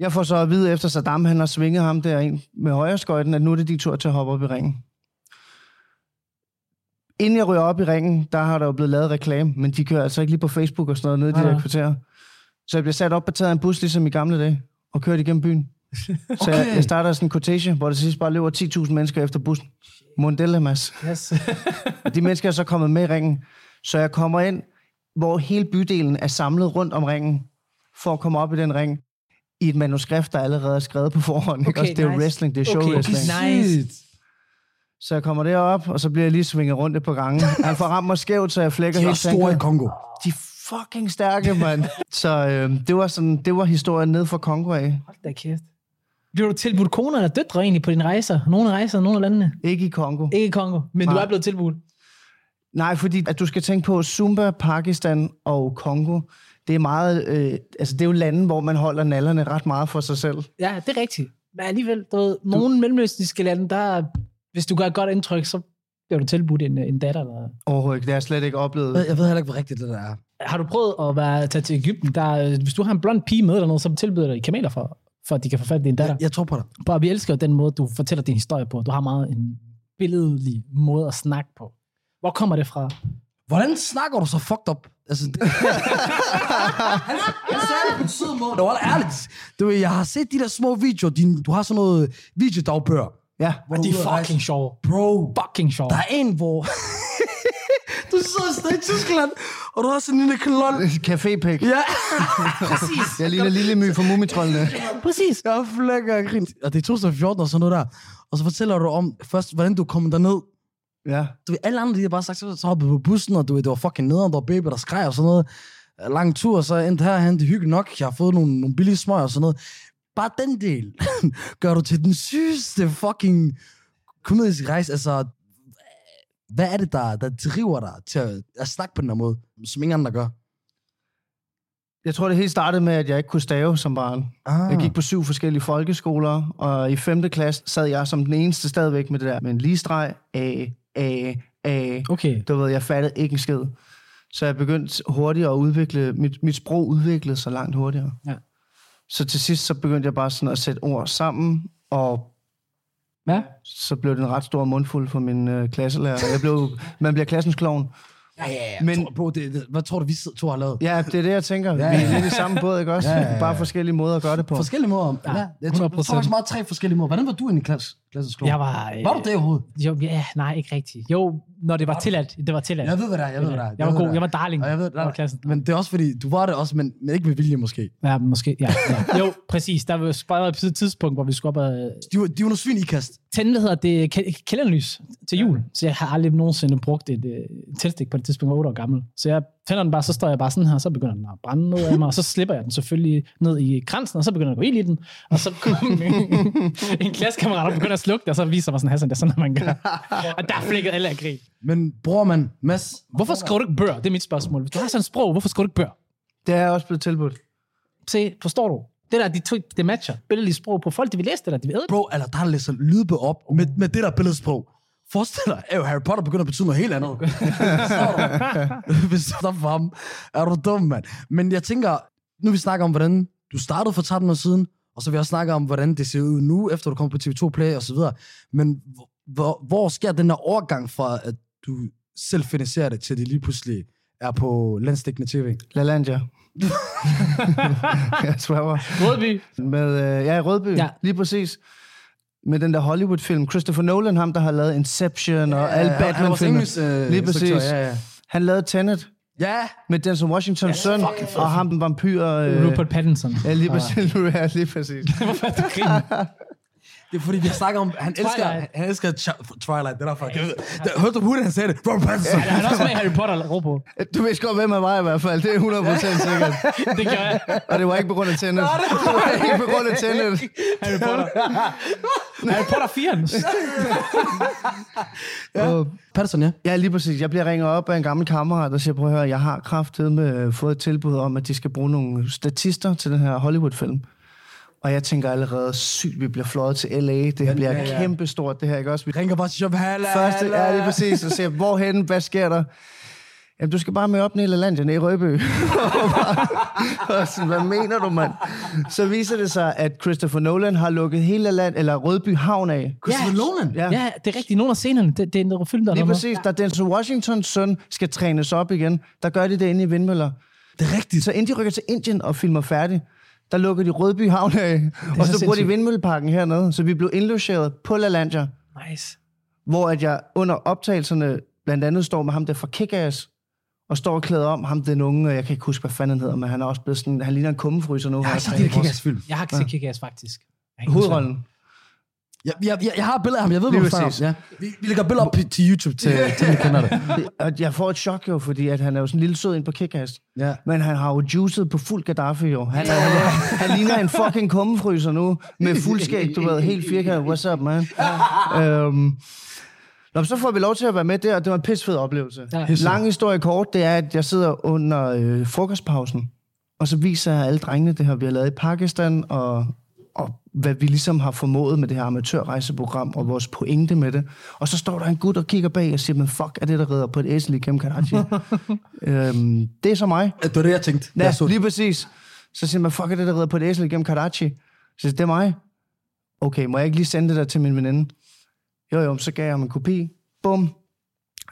S3: Jeg får så at vide efter Saddam, han har svinget ham der ind med højreskøjten, at nu er det din tur til at hoppe op i ringen. Inden jeg ryger op i ringen, der har der jo blevet lavet reklame, men de kører altså ikke lige på Facebook og sådan noget nede i de
S1: Nej.
S3: der kvarterer. Så jeg bliver sat op og taget af en bus, ligesom i gamle dage, og kørt igennem
S1: *laughs*
S3: byen. Så jeg,
S2: Okay.
S3: jeg starter sådan en kortege, hvor der til sidst bare løber 10.000 mennesker efter bussen. Mondelle, Mads.
S1: Yes. *laughs*
S3: Og de mennesker er så kommet med i ringen. Så jeg kommer ind, hvor hele bydelen er samlet rundt om ringen, for at komme op i den ring, i et manuskript, der allerede er skrevet på forhånd. Okay,
S1: Okay,
S3: også, det er jo
S1: nice.
S3: wrestling, det er show
S1: Okay,
S3: wrestling.
S1: okay, Nice.
S2: Shit.
S3: Så jeg kommer derop, og så bliver jeg lige svinget rundt et par gange. Han får ramt mig skævt, så jeg flækker
S2: De er
S3: helt
S2: også store i
S3: tanken.
S2: Kongo.
S3: De er fucking stærke, mand. så øh, det, var sådan, det var historien ned fra Kongo af.
S1: Hold da kæft. Bliver du tilbudt koner eller døtre egentlig på dine rejser? Nogle rejser, nogle af landene?
S3: Ikke i Kongo.
S1: Ikke i Kongo, men Nej. du
S3: Nej.
S1: er blevet tilbudt.
S3: Nej, fordi at du skal tænke på Zumba, Pakistan og Kongo. Det er meget, øh, altså det er jo lande, hvor man holder nallerne ret meget for sig selv.
S1: Ja, det er rigtigt. Men alligevel, du ved, nogle mellemøstiske lande, der, hvis du gør et godt indtryk, så bliver du tilbudt en, en datter. Eller...
S3: Overhovedet ikke. Det har jeg slet ikke oplevet.
S2: Jeg ved heller ikke, hvor rigtigt det der er.
S1: Har du prøvet at være, tage til Ægypten? Der, øh, hvis du har en blond pige med dernede, så tilbyder dig kameler for, for at de kan få fat i din datter.
S2: Jeg tror på dig.
S1: Ja. Bare, vi elsker jo den måde, du fortæller din historie på. Du har meget en billedlig måde at snakke på. Hvor kommer det fra?
S2: Hvordan snakker du så fucked up? Altså, det... han, han sagde det på en sød måde. Det var ærligt. Du, ved, jeg har set de der små videoer. Din, du har sådan noget videodagbøger.
S3: Ja.
S2: hvor
S1: Og
S2: du
S1: de
S2: Ah,
S1: er
S2: er ude at rejse.
S1: fucking sjove.
S2: Bro,
S1: Fucking sjove.
S2: der er en, hvor... *laughs* du sidder stadig i Tyskland, og du har sådan en lille klon.
S3: Cafépik.
S2: *laughs* Ja,
S1: Præcis.
S3: Jeg ligner Lille My fra Mumitrollene.
S1: Præcis.
S2: jeg flækker og griner. Og det er 2014 og sådan noget der. Og så fortæller du om først, hvordan du kom derned.
S3: Ja.
S2: du ved, alle andre, de har bare sagt, så så hoppede vi på bussen, og du ved, det var fucking nederen, der var baby, der skreg og sådan noget. Lang tur, og så endte herhen, det er hyggeligt nok, jeg har fået nogle, nogle billige smøger og sådan noget. Bare den del *laughs* gør du til den sygeste fucking komediske rejse. Altså, hvad er det, der, der driver dig til at, at snakke på den her måde, som ingen andre gør?
S3: Jeg tror, det hele startede med, at jeg ikke kunne stave som barn.
S2: Ah.
S3: Jeg gik på syv forskellige folkeskoler, og i 5. klasse sad jeg som den eneste stadigvæk med det der. med en lige streg, A, A, A.
S1: Okay.
S3: Du ved, jeg fattede ikke en skid. Så jeg begyndte hurtigt at udvikle, mit, mit sprog udviklede sig langt hurtigere.
S1: Ja.
S3: Så til sidst, så begyndte jeg bare sådan at sætte ord sammen, og
S1: Ja.
S3: så blev det en ret stor mundfuld for min øh, klasselærer. Jeg blev, man bliver klassens klovn.
S2: Ja, ja, ja.
S3: Men-
S2: Men, tror, bro, det, det, hvad tror du, vi sidder- to har lavet?
S3: Ja, det er det, jeg tænker.
S2: Ja,
S3: Vi
S2: ja.
S3: er lidt i samme båd, ikke også?
S2: Ja, ja, ja.
S3: Bare forskellige måder at gøre det på.
S2: Forskellige måder. Ja, ja. Jeg tror,
S1: 100%.
S2: jeg tror faktisk meget tre forskellige måder. Hvordan var du egentlig i klasse, klasse skole?
S1: Jeg var... øh,
S2: var du det overhovedet?
S1: Jo, ja, nej, ikke rigtigt. Jo, når det var tilladt. Det var tilladt.
S2: Jeg ved, hvad det er. Jeg ved, hvad det er.
S1: jeg var
S2: ved,
S1: god. Jeg
S2: hvad det
S1: var darling.
S2: er. Og jeg ved, nej,
S1: var klassen.
S2: nej. Men det er også fordi, du var det også, men, men ikke med vilje måske.
S1: Ja, måske. Ja, ja. Jo, præcis. Der var bare et tidspunkt, hvor vi skulle op og
S2: De var, de var nogle svin i kast.
S1: tænde, hvad hedder det, kæ- kælderlys til jul. Så jeg har aldrig nogensinde brugt et øh, tændstik på det tidspunkt, jeg var 8 år gammel. Så jeg tænder den bare, så står jeg bare sådan her, så begynder den at brænde ned af mig, og så slipper jeg den selvfølgelig ned i kransen, og så begynder jeg at gå ild i den. Og så *laughs* kom en, en klassekammerat og begynder at slukke det, og så viser mig sådan, Hassan, det er sådan, at man gør. Og der flækkede alle af grin.
S2: Men bror, man, Mads,
S1: Hvorfor skriver du ikke bør? Det er mit spørgsmål. Hvis du har sådan et sprog, hvorfor skriver du ikke bør?
S3: Det er jeg også blevet tilbudt.
S1: Se, forstår du? Det der, de to, det matcher. Billedlige sprog på folk, de vil læse det der, de ved det.
S2: bro, eller der læser lydbog op med, med det der billedsprog. Forestil dig, at Harry Potter begynder at betyde noget helt *laughs* andet. Forstår du? *laughs* Hvis du er for ham, er du dum, mand. Men jeg tænker, nu vi snakker om, hvordan du startede for 13 år siden, og så vil jeg også snakke om, hvordan det ser ud nu, efter du kom på TV2 Play og så videre. Men hvor- hvor, hvor sker den her overgang fra, at du selv finansierer det, til det lige pludselig er på landstækkende tv? *laughs*
S3: LaLandia. jeg svæver.
S1: Rødby.
S3: Med, øh, ja, i Rødby,
S1: Ja.
S3: ja. lige præcis. Med den der Hollywood-film. Christopher Nolan, ham der har lavet Inception og alle
S2: han- han var vores
S3: Batman-film.
S2: yndlings, øh,
S3: lige præcis.
S2: instruktør, ja, ja.
S3: Han lavede Tenet
S2: Ja,
S3: med Denzel Washingtons søn, og ham den vampyr... Øh,
S1: Rupert Pattinson.
S3: Ja, lige præcis.
S2: Ah.
S3: *laughs* Ja, lige præcis.
S2: Det er fordi, vi snakker om, han elsker,
S1: Twilight.
S2: han elsker Ch- Twilight, det er derfor. Jeg ved- der- Hørte du hurtigt, han sagde det? Robert
S1: *laughs*
S2: Pattinson.
S1: Han er også med i Harry Potter, Robo.
S3: Du vidste godt, hvem han var i hvert fald. Det er 100% sikkert.
S1: Det gør jeg.
S3: Og det var ikke på grund af Tenet. *laughs* Det var ikke på grund af Tenet.
S1: *laughs* Harry Potter. *laughs* Harry Potter 4'eren.
S3: Ja.
S2: Pattinson, ja.
S3: Ja, lige præcis. Jeg bliver ringet op af en gammel kammerat, der siger, prøv at høre, jeg har kraftedeme fået et tilbud om, at de skal bruge nogle statister til den her Hollywood-film. Og jeg tænker allerede, sygt, vi bliver fløjet til L.A. Det her bliver
S2: ja, ja.
S3: kæmpestort, det her, ikke også? Vi
S2: Ringer bare til Shop Halla.
S3: første, ja, lige
S2: halla.
S3: præcis, og siger, hvorhen, hvad sker der? Jamen, du skal bare med op ned i landet, ned i Rødby. *laughs* og sådan, hvad mener du, mand? Så viser det sig, at Christopher Nolan har lukket hele land, eller Rødby Havn af.
S2: Christopher Nolan.
S3: Ja.
S1: Ja, det er rigtigt. Nogle af scenerne, det, det er en film, der
S3: Lige
S1: er
S3: præcis, da Denzel Washingtons søn skal trænes op igen, der gør de det inde i Vindmøller.
S2: Det er rigtigt.
S3: Så inden de rykker til Indien og filmer færdig, der lukker de Rødby Havn af,
S1: så
S3: og så bruger de
S1: sindssygt.
S3: Vindmølleparken hernede. Så vi blev indlogeret på LaLandia,
S1: Nice.
S3: hvor at jeg under optagelserne blandt andet står med ham der fra Kick-Ass, og står og klæder om ham, den unge, jeg kan ikke huske, hvad fanden han hedder, men han er også blevet sådan, han ligner en kummefryser nu.
S2: Jeg
S3: Han
S2: har
S3: altså, er
S2: ikke set de der
S3: trænet
S2: kick film.
S1: Jeg har ikke set Kick-Ass, faktisk. Jeg kan ikke
S3: Hovedrollen.
S2: Jeg, jeg, jeg, jeg har billeder af ham, jeg ved,
S3: Lige
S2: hvor du snakker
S3: præcis.
S2: om. Ja. Vi, vi lægger billeder op til YouTube til, til dem, der kender det.
S3: *laughs* Og jeg får et chok jo, fordi at han er jo sådan en lille sød ind på Kick-Ass.
S2: Ja.
S3: Men han har jo juicet på fuld Gaddafi, jo. Han, er, han, er, han ligner en fucking kummefryser nu, med fuld skæg, du ved, helt firkantet. What's up, man? øhm, Nå, men så får vi lov til at være med der, og det var en pissfed oplevelse.
S1: Ja.
S3: Ja. Lang historie kort, det er, at jeg sidder under øh, frokostpausen, og så viser jeg alle drengene det her, vi har lavet i Pakistan, og, og hvad vi ligesom har formået med det her amatørrejseprogram, og vores pointe med det. Og så står der en gut og kigger bag og siger, men fuck, er det, der redder på et æsel igennem Karachi? øhm, det er så mig.
S2: Det var det, jeg tænkte.
S3: Ja,
S2: Jeg så det.
S3: lige præcis. Så siger man, fuck, er det der redder på et æsel igennem Karachi? Så siger jeg, det er mig. Okay, må jeg ikke lige sende det der til min veninde? Jo, jo, så gav jeg ham en kopi. Bum.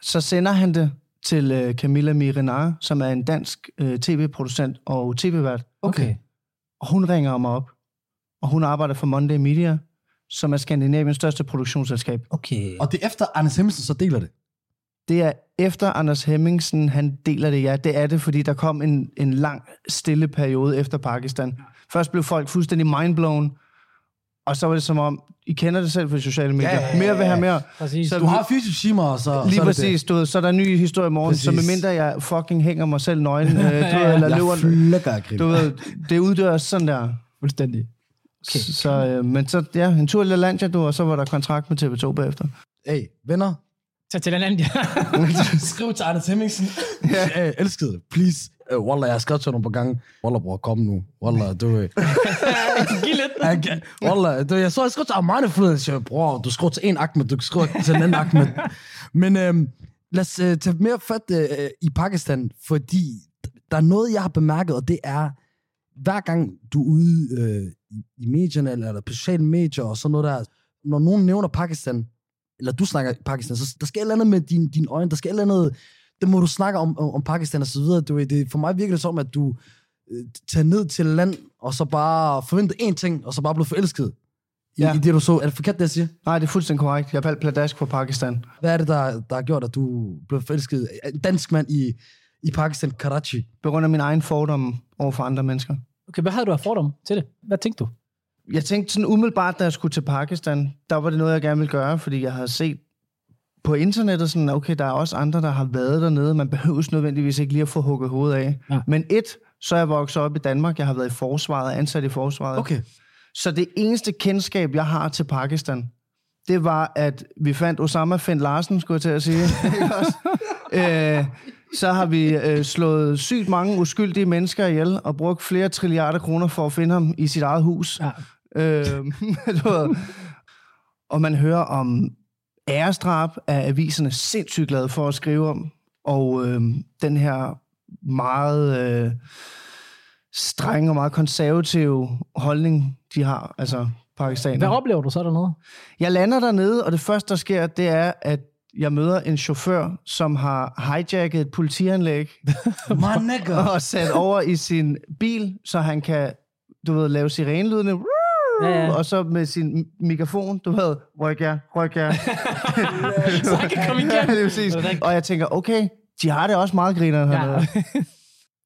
S3: Så sender han det til øh, Camilla Mirinar, som er en dansk øh, tv-producent og tv-vært.
S1: Okay.
S3: Og hun ringer mig op. Og hun arbejder for Monday Media, som er Skandinaviens største produktionsselskab.
S1: Okay.
S2: Og det er efter Anders Hemmingsen, så deler det.
S3: Det er efter Anders Hemmingsen, han deler det, ja. Det er det, fordi der kom en, en lang, stille periode efter Pakistan. Først blev folk fuldstændig mindblown, og så var det som om, I kender det selv fra de sociale medier.
S2: Ja, ja, ja,
S3: Mere vil have mere.
S1: Præcis.
S3: Så
S2: Du har 24 timer, og så,
S3: Lige
S2: så er det
S3: præcis, du ved, så er der en ny historie i morgen,
S2: Præcis.
S3: så medmindre jeg fucking hænger mig selv nøgen,
S2: *laughs*
S3: øh, du ved,
S2: det.
S3: eller
S2: Jeg
S3: løber,
S2: flækker af grin.
S3: du ved, det uddør sådan der.
S1: Fuldstændig. Okay.
S3: Så, øh, men så, ja, en tur i LaLandia, du, og så var der kontrakt med TV2 bagefter.
S2: Hey, venner.
S1: Tag til den anden.
S2: Skriv til Anders Hemmingsen. Ja. Hey, elskede, please. Uh, Wallah, jeg har skrevet til dig nogle par gange. Wallah, bror, kom nu. Wallah, du... øh,
S1: Giv lidt.
S2: Han kan- Wallah, du, jeg så, jeg skrev til Armani forleden, så jeg, bror, du skrev til en Ahmed, du skrev til en anden Ahmed. Men øhm, lad os øh, tage mere fat øh, i Pakistan, fordi der er noget, jeg har bemærket, og det er, hver gang du er ude øh, i- i medierne, eller, eller på sociale medier og sådan noget der, når nogen nævner Pakistan, eller du snakker Pakistan, så der skal et eller andet med din, dine øjne, der skal et eller andet, det må du snakke om, om, om Pakistan og så videre. Du, ved, det, for mig virker det som, at du øh, tager ned til land, og så bare forventer én ting, og så bare bliver forelsket i, ja.
S3: Ja.
S2: i det, du så. Er det forkert, det jeg siger?
S3: Nej, det er fuldstændig korrekt. Jeg valgte pladask for Pakistan.
S2: Hvad er det, der, der har gjort, at du blev forelsket af en dansk mand i, i Pakistan, Karachi?
S3: På grund af min egen fordomme over for andre mennesker.
S1: Okay, hvad havde du af fordomme til det? Hvad tænkte du?
S3: Jeg tænkte sådan umiddelbart, da jeg skulle til Pakistan, der var det noget, jeg gerne ville gøre, fordi jeg havde set på internettet sådan, okay, der er også andre, der har været dernede. Man *laughs* behøves nødvendigvis ikke lige at få hugget hovedet af.
S1: Ja.
S3: Ja. Men et, så er jeg vokset op i Danmark. Jeg har været i forsvaret, ansat i forsvaret.
S2: Okay.
S3: Så det eneste kendskab, jeg har til Pakistan, det var, at vi fandt Osama Fendt Larsen, skulle jeg til at sige. *laughs* Ikke også? øh, så har vi øh, slået sygt mange uskyldige mennesker ihjel og brugt flere trilliarder kroner for at finde ham i sit eget hus.
S1: Ja.
S3: Øh, *laughs* du ved. og man hører om ærestrap, er aviserne sindssygt glade for at skrive om. Og øh, den her meget... Øh, strenge og meget konservative holdning, de har, altså
S1: Hvad
S3: pakistanere.
S1: oplever du så dernede?
S3: Jeg lander dernede, og det første, der sker, det er, at jeg møder en chauffør, som har hijacket et politianlæg
S2: My nigga.
S3: og sat over i sin bil, så han kan, du ved, lave sirenelydende,
S1: Ja, ja.
S3: og så med sin m- mikrofon, du ved, ryk jer,
S1: *laughs*
S3: ryk jer.
S1: Så han kan komme
S3: *laughs* Ja, det er
S1: igennem.
S3: præcis.
S1: Er det rigtigt?
S3: Og jeg tænker, okay, de har det også meget grinerne
S1: Ja.
S3: hernede.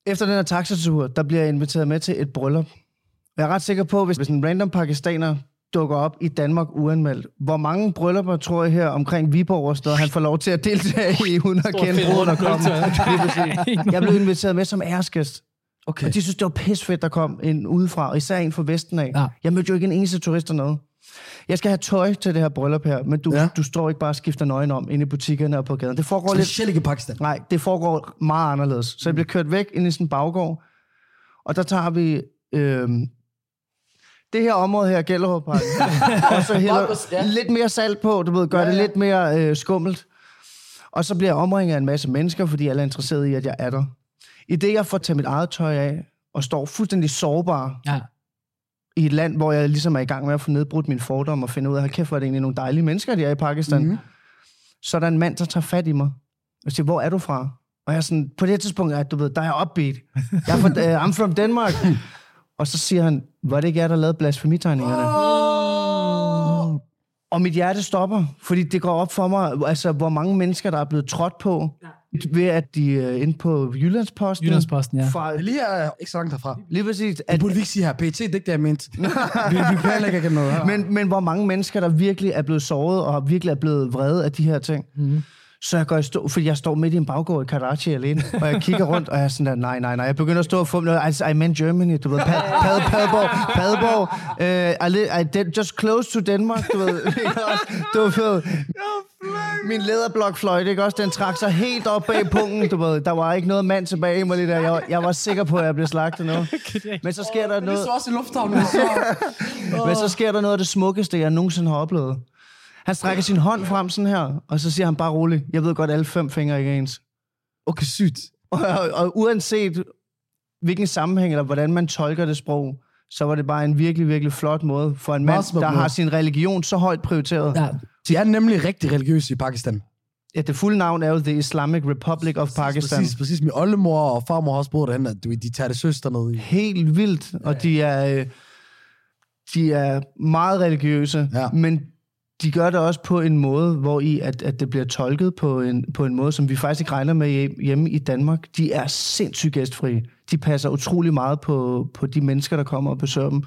S3: Efter den her taxatur, der bliver jeg inviteret med til et bryllup. Jeg er ret sikker på, hvis hvis en random pakistaner dukker op i Danmark uanmeldt. Hvor mange bryllupper, tror jeg her omkring Viborg og sådan noget, han får lov til at deltage i, uden at
S1: Stor
S3: kende
S1: fedt
S3: bruden og
S1: rundt
S3: komme.
S1: gulvtøjet.
S3: Jeg blev inviteret med som æresgæst.
S2: Okay.
S3: Og de synes, det var pissefedt, der kom en udefra, og især en fra Vesten af.
S1: Ja.
S3: Ja. Jeg mødte jo ikke en eneste turist dernede. Jeg skal have tøj til det her bryllup her, men du,
S2: Ja.
S3: ja. du står ikke bare og skifter nøgen om inde i butikkerne og på gaden. Det foregår lidt
S2: Specielt ikke i Pakistan.
S3: Nej, det foregår meget anderledes. Så jeg bliver kørt væk ind i sådan en baggård, og der tager vi øhm, det her område her, Gellerup *laughs* og så hælder
S2: Ja.
S3: ja. lidt mere salt på, du ved, gør ja, ja. det lidt mere øh, skummelt. Og så bliver jeg omringet af en masse mennesker, fordi alle er interesserede i, at jeg er der. I det, jeg får taget mit eget tøj af, og står fuldstændig sårbar
S1: Ja.
S3: i et land, hvor jeg ligesom er i gang med at få nedbrudt min fordom og finde ud af, hold kæft, hvor er det egentlig nogle dejlige mennesker, de er i Pakistan.
S2: Mhm.
S3: Mm-hmm. Så er der en mand, der tager fat i mig og siger, hvor er du fra? Og jeg er sådan, på det her tidspunkt, at du ved, der er jeg upbeat. Jeg er fra, uh, I'm from
S1: *laughs*
S3: Denmark. og så siger han, var det ikke jer, der lavede blasfemitegningerne? Og mit hjerte stopper, fordi det går op for mig, altså hvor mange mennesker, der er blevet trådt på, ved at de øh, er inde på Jyllandsposten.
S1: Jyllandsposten, ja.
S3: Fra,
S2: Lige her, er ikke så langt herfra.
S3: lige præcis,
S2: Jeg
S3: at,
S2: burde vi ikke sige her, PT, det er ikke det, jeg *laughs* mente. vi, vi planlægger ikke noget her.
S3: Men, men hvor mange mennesker, der virkelig er blevet såret og virkelig er blevet vrede af de her ting.
S2: Mhm.
S3: Mm. Så jeg går i stå, fordi jeg står midt i en baggård i Karachi alene, og jeg kigger rundt, og jeg er sådan der, nej, nej, nej. Jeg begynder at stå og fumle, I, I meant Germany, du ved, pad, pad, Padborg, Padborg, uh, I, li- I did, just close to Denmark, du ved. *laughs* Ikke også? det var fedt. Min læderblokfløjte, ikke også, den trak sig helt op bag pungen, du ved. Der var ikke noget mand tilbage i mig lige der. Jeg, var- jeg var sikker på, at jeg blev
S2: *laughs*
S3: slagtet nu. Men så sker der
S2: Vi
S3: noget...
S2: så også i lufthavnen. Så...
S3: Men så sker der noget af det smukkeste, jeg nogensinde har oplevet. Han strækker sin hånd frem sådan her, og så siger han bare roligt, jeg ved godt, alle fem fingre ikke er ens.
S2: *laughs* Okay, sygt.
S3: Og, og, og uanset hvilken sammenhæng eller hvordan man tolker det sprog, så var det bare en virkelig, virkelig flot måde for en
S2: Meget
S3: mand,
S2: smuk
S3: der
S2: måde.
S3: har sin religion så højt prioriteret. Ja.
S1: ja.
S2: De er nemlig rigtig religiøse i Pakistan.
S3: Ja, det fulde navn er jo The Islamic Republic of Pakistan.
S2: Præcis, præcis. Min oldemor og farmor har også boet derhen, at du ved, de tager det søster ned i.
S3: helt vildt, og de er, øh, de er meget religiøse,
S2: Ja.
S3: men de gør det også på en måde, hvor i at, at det bliver tolket på en, på en måde, som vi faktisk ikke regner med hjem- hjemme i Danmark. De er sindssygt gæstfrie. De passer utrolig meget på, på de mennesker, der kommer og besøger dem.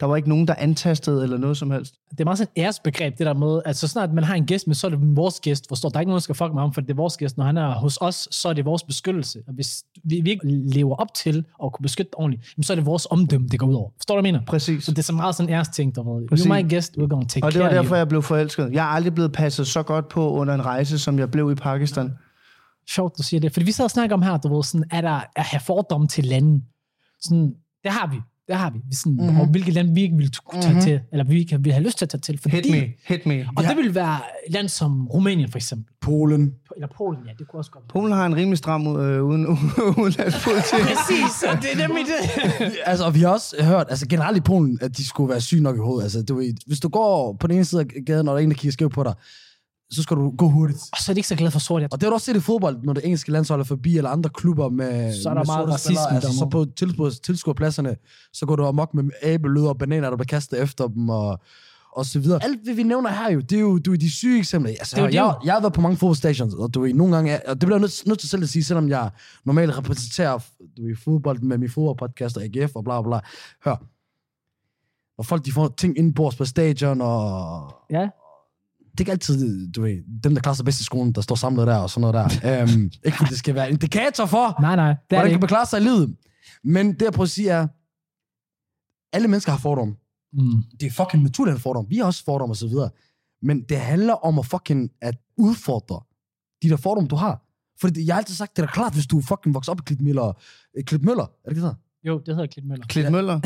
S3: Der var ikke nogen, der antastede eller noget som helst.
S1: Det er meget sådan et æresbegreb, det der med, at så snart man har en gæst med, så er det vores gæst, forstår du? Der er ikke nogen, der skal fuck med ham, for det er vores gæst. Når han er hos os, så er det vores beskyttelse. Og hvis vi, vi ikke lever op til at kunne beskytte dig ordentligt, jamen, så er det vores omdømme, det går ud over. Forstår du, hvad jeg mener?
S3: Præcis.
S1: Så det er så meget sådan æres ting, der ved.
S3: Præcis.
S1: You're my guest, we're gonna take
S3: Og det var
S1: care
S3: derfor,
S1: of
S3: jeg blev forelsket. Jeg er aldrig blevet passet så godt på under en rejse, som jeg blev i Pakistan.
S1: you. Sjovt, du siger det. Fordi vi sad og snakkede om her, du ved, sådan, er der at have fordomme til lande? Sådan, det har vi. Det har vi. Vi Sådan,
S3: Mhm.
S1: mm-hmm. Og hvilke lande vi ikke ville kunne tage mm-hmm. til, eller vi ikke ville have lyst til at tage til. Fordi,
S3: Hit me, hit me.
S1: Og ja. det ville være et land som Rumænien, for eksempel.
S2: Polen.
S1: Eller Polen, ja, det kunne også godt være.
S3: Polen har en rimelig stram øh, uden, *laughs* udenlandspolitik.
S1: Præcis, det er nemlig det.
S2: *laughs* Altså, og vi har også hørt, altså generelt i Polen, at de skulle være syge nok i hovedet. Altså, du ved, hvis du går på den ene side af gaden, og der er en, der kigger skævt på dig, så skal du gå hurtigt.
S1: Og så er de ikke så glade for sort. Jeg
S2: Og det har du også set i fodbold, når det engelske landshold er forbi, eller andre klubber med
S1: Så er der meget
S2: med sorte
S1: racisme
S2: spillere. altså, Så
S1: derovre.
S2: på tilskuer, tilskuerpladserne, så går du amok med abeløder og bananer, der bliver kastet efter dem, og, og så videre. Alt det, vi nævner her jo, det er jo, du er de syge eksempler. Altså,
S1: Det er jo
S2: jeg, jeg,
S1: det
S2: jeg har været på mange fodboldstations, og du ved, nogle gange, er- og det bliver jeg nødt, nødt til selv at sige, selvom jeg normalt repræsenterer du ved, fodbold med min fodboldpodcast og AGF og bla bla. bla. Hør, og folk de får ting indbords på stadion, og
S1: Ja.
S2: det er ikke altid, du ved, dem, der klarer sig bedst i skolen, der står samlet der og sådan noget der. øhm, ikke fordi det skal være en indikator for,
S1: Nej, nej. Det er
S2: hvordan
S1: det
S2: kan
S1: ikke.
S2: man klare sig i livet. Men det, jeg prøver at sige, er, alle mennesker har fordomme.
S1: Mm.
S2: Det er fucking naturligt at have fordomme. Vi har også fordomme og så videre. Men det handler om at fucking at udfordre de der fordomme, du har. Fordi jeg har altid sagt, det er da klart, hvis du fucking vokser op i Klitmøller. Klitmøller, er det ikke det, der?
S1: Jo, det hedder Clint Møller.
S3: Klit Møller.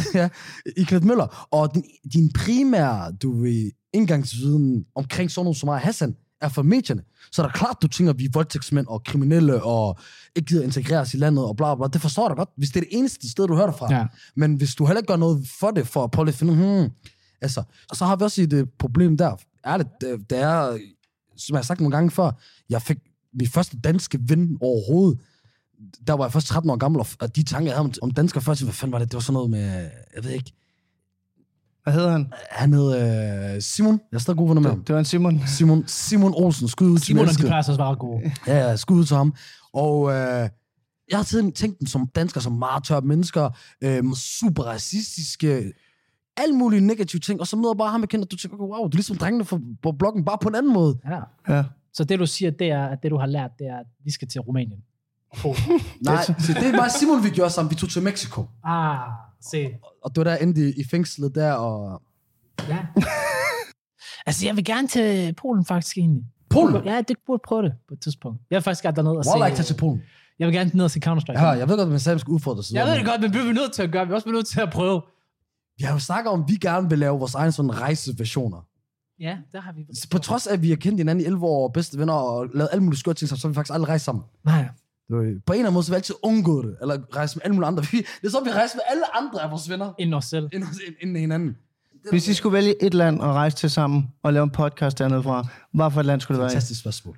S2: i Klint Møller, og din, din primære, du ved, indgangsviden omkring sådan nogle som mig og Hassan, er fra medierne. Så er det klart, du tænker, at vi er voldtægtsmænd og kriminelle, og ikke gider integreres i landet, og bla bla. Det forstår jeg da godt, hvis det er det eneste sted, du hører det fra.
S1: Ja.
S2: Men hvis du heller ikke gør noget for det, for at prøve at finde, hmm, altså, og så har vi også et øh, problem der. Ærligt, det, det er, som jeg har sagt nogle gange før, jeg fik min første danske ven overhovedet, der var jeg først 13 år gammel, og f- og de tanker, jeg havde om, om danskere først, hvad fanden var det? Det var sådan noget med, jeg ved ikke,
S3: Hvad hedder han?
S2: han hed øh, Simon. Jeg er stadig god venner med ham.
S3: Det var en Simon.
S2: Simon, Simon Olsen. Skud ud til
S1: Simon og de
S2: mennesket.
S1: plejer så også være gode.
S2: Ja, ja, skud ud til ham. Og øh, jeg har tiden tænkt dem som danskere, som meget tørre mennesker, øh, super racistiske, alle mulige negative ting, og så møder bare ham igen, og du tænker, wow, du er ligesom drengene fra- på bloggen, bare på en anden måde.
S1: Ja.
S3: Ja.
S1: Så det, du siger, det er, at det, du har lært, det er, at vi skal til Rumænien.
S2: Nej, så det er bare Simon, vi gjorde sammen. Vi tog til Mexico.
S1: Ah, se.
S2: Og det var der jeg endte i- i fængslet der, og... *laughs*
S1: Ja. altså, jeg vil gerne til Polen faktisk egentlig.
S2: Polen?
S1: Ja, det burde prøve det på et tidspunkt. Jeg vil faktisk gerne derned og
S2: Wallah, ikke
S1: se...
S2: tage til Polen.
S1: Jeg vil gerne ned og se Counter-Strike.
S2: Ja, jeg ved godt, at man selv skal udfordre sig.
S1: jeg ved det godt, men vi er nødt til at gøre. Vi er også nødt til at prøve.
S2: Vi har jo snakket om, at vi gerne vil lave vores egen sådan rejseversioner.
S1: Ja, der har vi...
S2: på trods af, at vi har kendt hinanden i 11 år og bedste venner og lavet alle mulige skøre ting, sammen, så har vi faktisk aldrig rejst sammen.
S1: Nej.
S2: Det var- På en eller anden måde, så har vi altid undgået det, eller rejst med alle mulige andre. *laughs* Vi- Det er som, vi rejser med alle andre af vores venner,
S1: Inden os selv.
S2: end, end, end hinanden.
S3: Hvis I skulle vælge et land at rejse til sammen og lave en podcast dernede fra, hvad for et land skulle det være i?
S2: Fantastisk spørgsmål.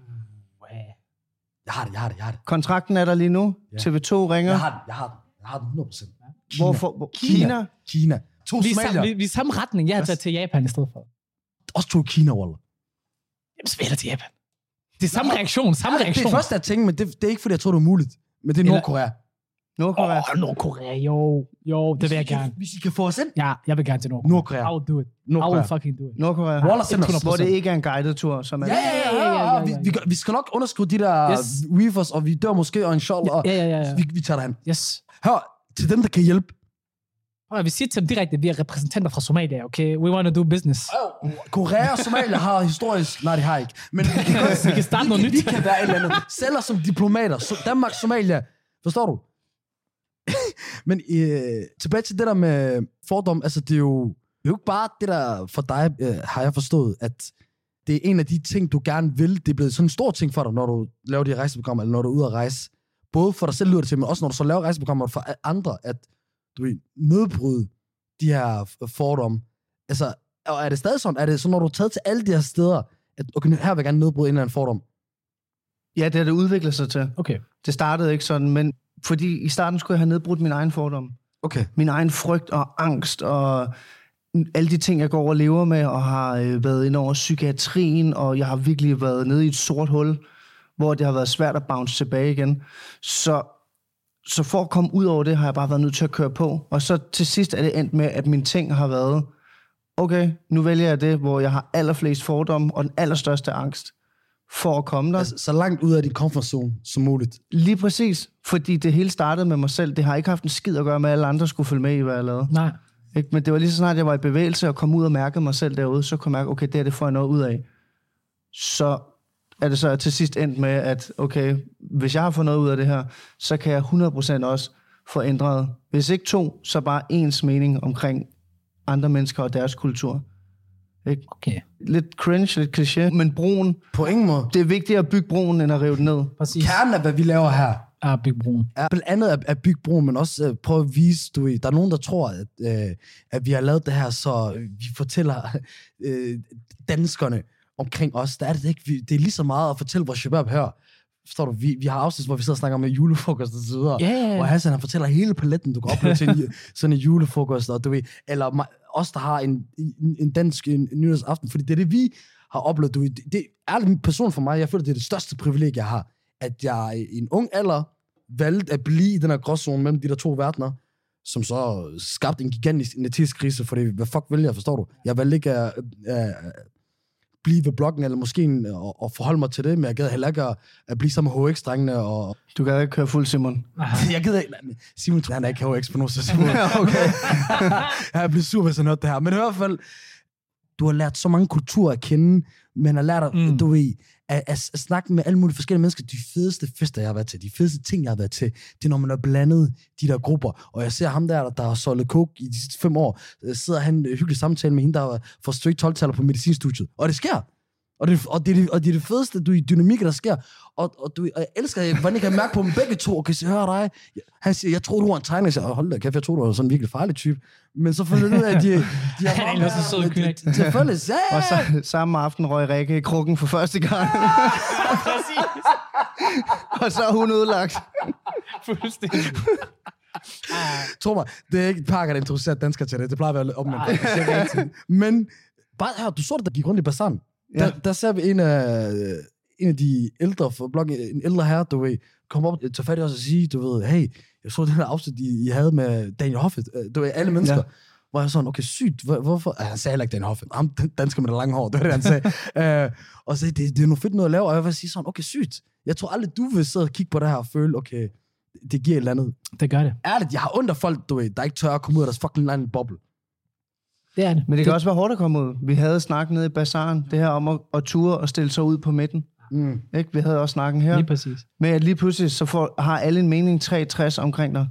S2: Jeg har det, jeg har det, jeg har det.
S3: Kontrakten er der lige nu. TV2 ringer.
S2: Jeg har det, jeg har det. Jeg har det 100%. Kina.
S3: Hvorfor? hvor- Kina?
S2: Kina. To
S1: Vi er, samme,
S2: somalier.
S1: vi, vi er samme retning. Jeg har taget til Japan i stedet for.
S2: Også to Kina, Walla.
S1: Jamen, så vil jeg til Japan. Det er samme reaktion, samme
S2: Det er
S1: reaktion.
S2: det første, jeg tænkte, men det, det er ikke, fordi jeg tror, det er muligt. Men det er
S1: Eller-
S2: Nordkorea.
S3: Nordkorea?
S1: Åh, Nordkorea, jo. Jo, det vil jeg gerne.
S2: Hvis I kan få os ind.
S1: Ja, jeg vil gerne til Nordkorea.
S2: Nordkorea.
S1: I'll do it. I
S2: Nordkorea.
S1: will fucking do it.
S3: Nordkorea.
S2: Walla, send os.
S1: 100%.
S3: Hvor det ikke er en guided tur, som er...
S2: Ja, ja, ja, ja, ja, ja. Vi, vi, gør- vi skal nok underskrive de der
S1: Yes.
S2: yes. reefers, og vi dør måske, og inshallah.
S1: Ja, ja, ja. ja.
S2: Vi, vi tager dig hen.
S1: Yes.
S2: Hør, til dem, der kan hjælpe.
S1: Og vi siger til dem direkte, at vi er repræsentanter fra Somalia, okay? We want to do business.
S2: Korea og Somalia har historisk... Nej, det har ikke. Men vi kan, godt-
S1: Vi kan starte noget
S2: vi,
S1: nyt.
S2: vi kan være et eller andet. Selv os som diplomater. Så Danmark, Somalia. Forstår du? *laughs* Men øh, tilbage til det der med fordom. Altså, det er jo, det er jo ikke bare det der for dig, øh, har jeg forstået, at det er en af de ting, du gerne vil. Det er blevet sådan en stor ting for dig, når du laver de rejseprogrammer, eller når du er ude at rejse. Både for dig selv lyder det til, men også når du så laver rejseprogrammer for a- andre, at du ved, nedbryde de her f- fordomme. Altså, og er det stadig sådan? Er det så, når du er taget til alle de her steder, at okay, her vil jeg gerne nedbryde en eller anden fordom?
S3: Ja, det har det udviklet sig til.
S1: Okay.
S3: Det startede ikke sådan, men fordi i starten skulle jeg have nedbrudt min egen fordom.
S2: Okay.
S3: Min egen frygt og angst og alle de ting, jeg går og lever med, og har øh, været ind over psykiatrien, og jeg har virkelig været nede i et sort hul, hvor det har været svært at bounce tilbage igen. Så, så for at komme ud over det, har jeg bare været nødt til at køre på. Og så til sidst er det endt med, at mine ting har været, okay, nu vælger jeg det, hvor jeg har allerflest fordomme og den allerstørste angst for at komme der.
S2: Altså, så langt ud af din comfort zone som muligt.
S3: Lige præcis, fordi det hele startede med mig selv. Det har ikke haft en skid at gøre med, at alle andre skulle følge med i, hvad jeg lavede.
S1: Nej.
S3: Ikke? Men det var lige så snart, jeg var i bevægelse og kom ud og mærkede mig selv derude, så kunne jeg mærke, okay, det her, det får jeg noget ud af. Så er det så at jeg til sidst endt med, at okay, hvis jeg har fået noget ud af det her, så kan jeg 100% også få ændret, hvis ikke to, så bare ens mening omkring andre mennesker og deres kultur.
S1: Okay.
S3: Lidt cringe, lidt kliché, men broen,
S2: På ingen måde.
S3: det er vigtigere at bygge broen, end at rive den ned.
S1: Præcis.
S2: Kernen af, hvad vi laver her,
S1: Ah, Big Brun.
S2: er blandt andet at, at bygge bro, men også uh, prøve at vise, du ved, der er nogen, der tror, at, *laughs* uh, at vi har lavet det her, så øh, vi fortæller uh, øh, danskerne omkring os, der er det ikke, vi, det er lige så meget at fortælle vores shabab her. Forstår du, vi, vi har afsnit, hvor vi sidder og snakker om julefrokost og så videre.
S1: Ja, ja,
S2: Hvor
S1: ja.
S2: Hassan, han fortæller hele paletten, du kan opleve til en, ju- sådan en julefrokost, og du ved, eller mig- os, der har en, en- en dansk en, en nytårsaften, fordi det er det, vi har oplevet. Du ved, det, det er min person for mig, jeg føler, det er det største privilegie, jeg har, at jeg i en ung alder valgte at blive i den her gråzone mellem de der to verdener, som så skabte en gigantisk identitetskrise, fordi hvad fuck vil jeg, forstår du? Jeg valgte ikke at, at blive ved blokken, eller måske en- og, og forholde mig til det, men jeg gad heller ikke at, at blive sammen med HX-drengene og,
S3: Du kan ikke køre fuld, Simon.
S1: Aha.
S2: Altså, jeg gider ikke. nej, Simon, han er ikke HX på nogen *laughs* tidspunkt. okay. jeg bliver sur, hvis han hørte det her. Men i hvert fald, du har lært så mange kulturer at kende, men har lært, mm.
S1: Mm.
S2: du ved, at, at, at, snakke med alle mulige forskellige mennesker. De fedeste fester, jeg har været til, de fedeste ting, jeg har været til, det er, når man har blandet de der grupper. Og jeg ser ham der, der har solgt coke i de sidste fem år, øh, sidder han i hyggelig samtale med hende, der får straight 12 taler på medicinstudiet. Og det sker. Og det, og, det, er det- og det er det fedeste, du, dynamikker, der sker. Og, og, du, og jeg elsker, hvordan jeg kan mærke på dem begge to, og kan sige, hør dig. Han siger, jeg troede, du var en tegner. Jeg siger, hold da kæft, jeg troede, du var sådan en virkelig farlig type. Men så finder jeg ud
S1: *laughs*
S2: af, at de, de har
S1: Han er egentlig også en sød knægt.
S2: Selvfølgelig, ja, ja,
S3: Og
S2: ja.
S3: så, samme aften røg Rikke i krukken for første gang,
S1: *laughs*
S3: *laughs*
S1: Præcis.
S3: og så er hun ødelagt.
S1: Fuldstændig.
S2: Tro mig, det er ikke pakker, der introducerer danskere til det. Det plejer at være omvendt. Det siger jeg altid. Men bare her, du så det, der gik rundt i bazaaren. Der,
S3: Ja.
S2: der ser vi en af, en af de ældre fra bloggen, en ældre herre, du ved, komme op og tage fat i os og sige, du ved, hey, jeg så den her afsnit, I, I havde med Daniel Hoffet. Du ved, alle mennesker. Ja.
S3: Ja.
S2: Hvor jeg sådan, okay, sygt, hvor, hvorfor? Ah, han sagde heller ikke Daniel Hoffet. Ham den dansker med det lange hår, det var det, han sagde. *laughs* uh, og så sagde, det, det er noget fedt noget at lave, og jeg vil sige sådan, okay, sygt. Jeg tror aldrig, du vil sidde og kigge på det her og føle, okay, det giver et eller andet
S1: Det gør det.
S2: ærligt, jeg har ondt af folk, du ved, der ikke tør at komme ud af deres fucking lille boble.
S1: Det er det.
S3: Men det kan også være hårdt at komme ud. Vi havde snakket nede i bazaren, det her om at, at ture og stille sig ud på midten.
S2: Mm.
S3: Ikke? Vi havde også snakken her.
S1: Lige præcis.
S3: Men at lige pludselig så får, har alle en mening 63 omkring dig.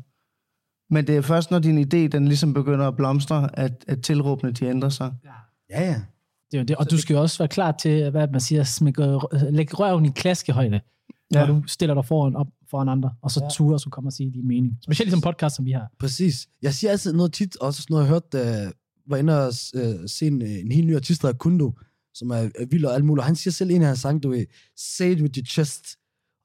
S3: Men det er først, når din idé den ligesom begynder at blomstre, at, at tilråbene de ændrer sig.
S2: Ja, ja.
S1: Det er jo det. Og du skal jo også være klar til, hvad man siger, smække, øh, lægge røven i klaskehøjde, ja. når
S3: Ja.
S1: du stiller dig foran, op foran andre, og så ja. turer, så kommer og sige din mening. Specielt i sådan en podcast, som vi har.
S2: Præcis. Jeg siger altid noget tit, også sådan noget, jeg hørte, øh, var inde og øh, se en, øh, en helt ny artist, der hedder Kundo, som er, er vild og alt muligt. Og han siger selv i en af hans sange, du ved, say it with your chest.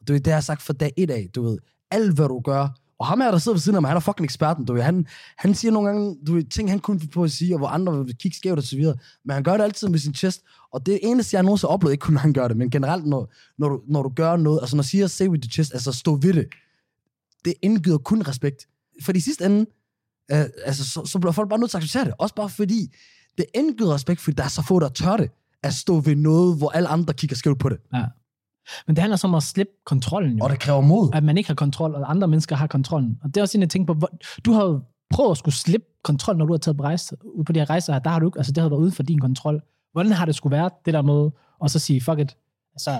S2: Du ved, det har jeg sagt fra dag et af, du ved. Alt, hvad du gør. Og ham her, der sidder ved siden af mig, han er fucking eksperten, du ved. Han, han siger nogle gange, du ved, ting, han kun vil på at sige, og hvor andre vil kigge skævt og så videre. Men han gør det altid med sin chest. Og det eneste, jeg nogensinde har oplevet, ikke kun når han gør det, men generelt, når, når, du, når du gør noget, altså når jeg siger, say with your chest, altså stå ved det. Det indgyder kun respekt. Fordi i sidste ende, Øh, altså, så, så bliver folk bare nødt til at acceptere det. Også bare fordi, det indgyder respekt, fordi der er så få, der tør det, at stå ved noget, hvor alle andre kigger skævt på det.
S1: Men det handler så om at slippe kontrollen, jo.
S2: Og det kræver mod.
S1: at man ikke har kontrol, og andre mennesker har kontrollen. Og det er også en, jeg tænker på, hvor, du har jo prøvet at skulle slippe kontrol, når du har taget på rejse, ud på de her rejser her, der har du ikke, altså det har været uden for din kontrol. Hvordan har det skulle være, det der med, og så sige, fuck it, altså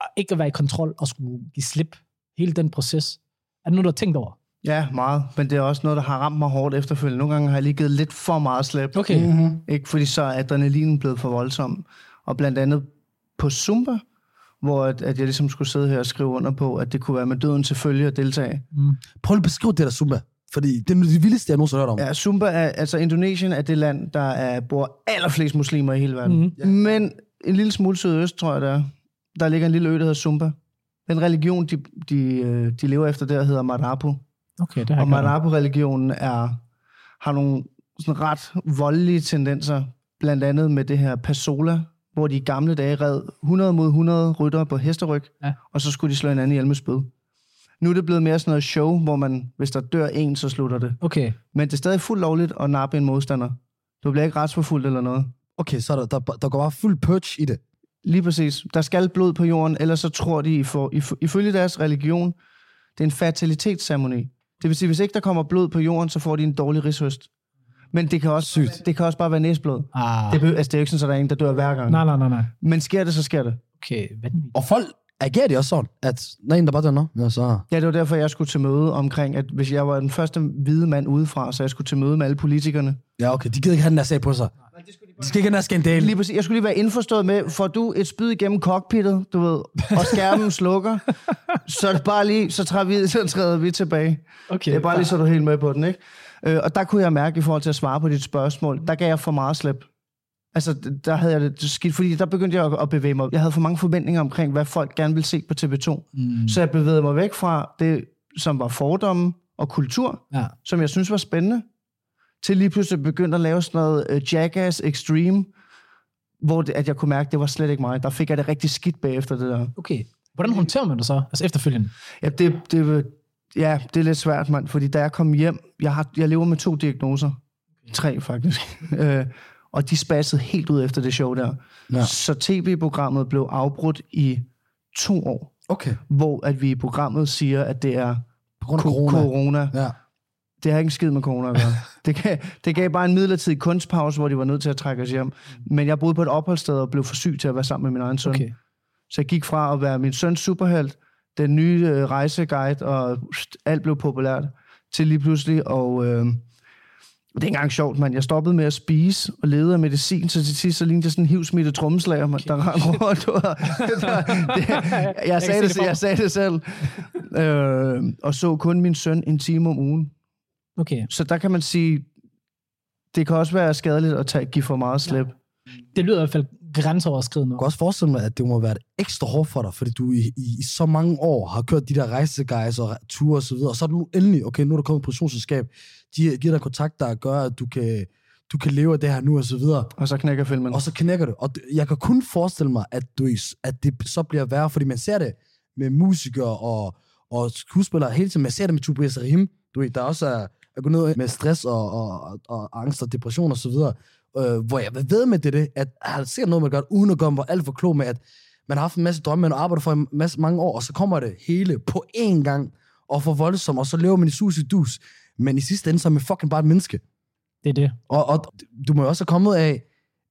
S1: og ikke at være i kontrol, og skulle give slip hele den proces. Er det noget, du har tænkt over?
S3: Ja, meget. Men det er også noget, der har ramt mig hårdt efterfølgende. Nogle gange har jeg lige givet lidt for meget slæb.
S1: Okay.
S2: Mm-hmm.
S3: Ikke? Fordi så er adrenalinen blevet for voldsom. Og blandt andet på Zumba, hvor at, at jeg ligesom skulle sidde her og skrive under på, at det kunne være med døden til følge at deltage.
S1: Mm.
S2: Prøv lige at beskrive det der Zumba. Fordi det er det vildeste, jeg nogensinde har hørt om.
S3: Ja, Zumba er, altså Indonesien er det land, der er, bor allerflest muslimer i hele verden.
S1: Mhm.
S3: Mm. Ja. Men en lille smule sydøst, tror jeg, der, er. der ligger en lille ø, der hedder Zumba. Den religion, de, de, øh, de lever efter der, hedder Marapu.
S1: Okay, det har
S3: Og
S1: jeg godt.
S3: Marapu-religionen er, har nogle sådan ret voldelige tendenser, blandt andet med det her Pasola, hvor de i gamle dage red 100 mod 100 ryttere på hesteryg,
S1: Ja.
S3: og så skulle de slå hinanden ihjel med spyd. Nu er det blevet mere sådan noget show, hvor man, hvis der dør en, så slutter det.
S1: Okay,
S3: Men det er stadig fuldt lovligt at nappe en modstander. Du bliver ikke retsforfulgt eller noget.
S2: Okay, så er der, der, der går bare fuld purge i det.
S3: Lige præcis. Der skal blod på jorden, ellers så tror de, I får, if, ifølge deres religion, det er en fertilitetsceremoni. Det vil sige, hvis ikke der kommer blod på jorden, så får de en dårlig rishøst. Men det kan også, Sygt. Det kan også bare være næsblod.
S1: ah.
S3: Det, behøver, altså, det er jo ikke sådan, at der er en, der dør hver gang.
S1: nej, nej, nej, nej.
S3: Men sker det, så sker det.
S1: Okay, vanvittigt.
S2: Og folk agerer det også sådan, at når en, der bare dør, nå, ja, så...
S3: Ja, det var derfor, jeg skulle til møde omkring, at hvis jeg var den første hvide mand udefra, så jeg skulle til møde med alle politikerne.
S2: Ja, okay, de gider ikke have den der sag på sig. De skal ikke have den der skandale.
S3: Lige præcis. Jeg skulle lige være indforstået med, får du et spyd igennem cockpittet, du ved, og skærmen slukker, så er det bare lige, så træder vi, så træder vi tilbage.
S1: Okay,
S3: Det er bare lige, så du er helt med på den, ikke? Øh, og der kunne jeg mærke, i forhold til at svare på dit spørgsmål, der gav jeg for meget slip. Altså, d- der havde jeg det skidt, fordi der begyndte jeg at- at bevæge mig. Jeg havde for mange forventninger omkring, hvad folk gerne ville se på TV2. Mm. Så jeg bevægede mig væk fra det, som var fordomme og kultur,
S2: Ja.
S3: som jeg synes var spændende, til lige pludselig begyndte at lave sådan noget øh, Jackass Extreme, hvor det, at jeg kunne mærke, at det var slet ikke mig. Der fik jeg det rigtig skidt bagefter det der.
S1: Okay. Hvordan håndterer man det så? Altså efterfølgende.
S3: Ja, det, det, ja, det er lidt svært, mand, fordi da jeg kom hjem, jeg, har, jeg lever med to diagnoser. Tre, faktisk. *laughs* Øh, og de spassede helt ud efter det show der.
S2: Ja.
S3: Ja. Så tv-programmet blev afbrudt i to år,
S2: Okay.
S3: hvor at vi i programmet siger, at det er
S2: På grund af
S3: ko-
S2: corona.
S3: corona.
S2: Ja.
S3: Det har ikke en skid med corona
S1: *laughs*
S3: at gøre. Det gav, det gav bare en midlertidig kunstpause, hvor de var nødt til at trække os
S1: Mm.
S3: hjem. Men jeg boede på et opholdssted og blev for syg til at være sammen med min egen søn.
S1: Okay.
S3: Så jeg gik fra at være min søns superhelt, den nye øh, rejseguide, og pst, alt blev populært, til lige pludselig, og øh, det er ikke engang sjovt, mand. Jeg stoppede med at spise og levede af medicin, så til sidst så lignede jeg sådan en hivsmittet trommeslager, mand, der rendte rundt. Og, *laughs*
S1: *laughs*
S3: det,
S1: kan
S3: jeg,
S1: se
S3: sagde det,
S1: det for mig.
S3: jeg sagde det selv. Øh, og så kun min søn en time om ugen.
S1: Okay.
S3: Så der kan man sige, det kan også være skadeligt at tage, give for meget slip.
S1: Det lyder i hvert fald grænseoverskridende.
S2: Jeg kan også forestille mig, at det må have været ekstra hårdt for dig, fordi du i, i, i så mange år har kørt de der rejseguides og re- ture og så videre, og så er du nu endelig, okay, nu er der kommet et produktionsselskab, de giver dig kontakt, der gør, at du kan, du kan leve af det her nu og så videre,
S3: Og så knækker filmen.
S2: og så knækker det. Og det- jeg kan kun forestille mig, at, du, i- at det så bliver værre, fordi man ser det med musikere og, og skuespillere hele tiden. Man ser det med Tobias Rahim, du ved, der også er, er gået ned med stress og, og, og, og angst og depression og så videre. Øh, hvor jeg ved med det, det at har det sikkert noget, man gør, uden at gøre mig alt for klog med, at man har haft en masse drømme, man arbejder for i en masse, mange år, og så kommer det hele på én gang, og for voldsomt, og så lever man i sus i dus. Men i sidste ende, så er man fucking bare et menneske.
S1: Det er det.
S2: Og, og du må jo også have kommet af,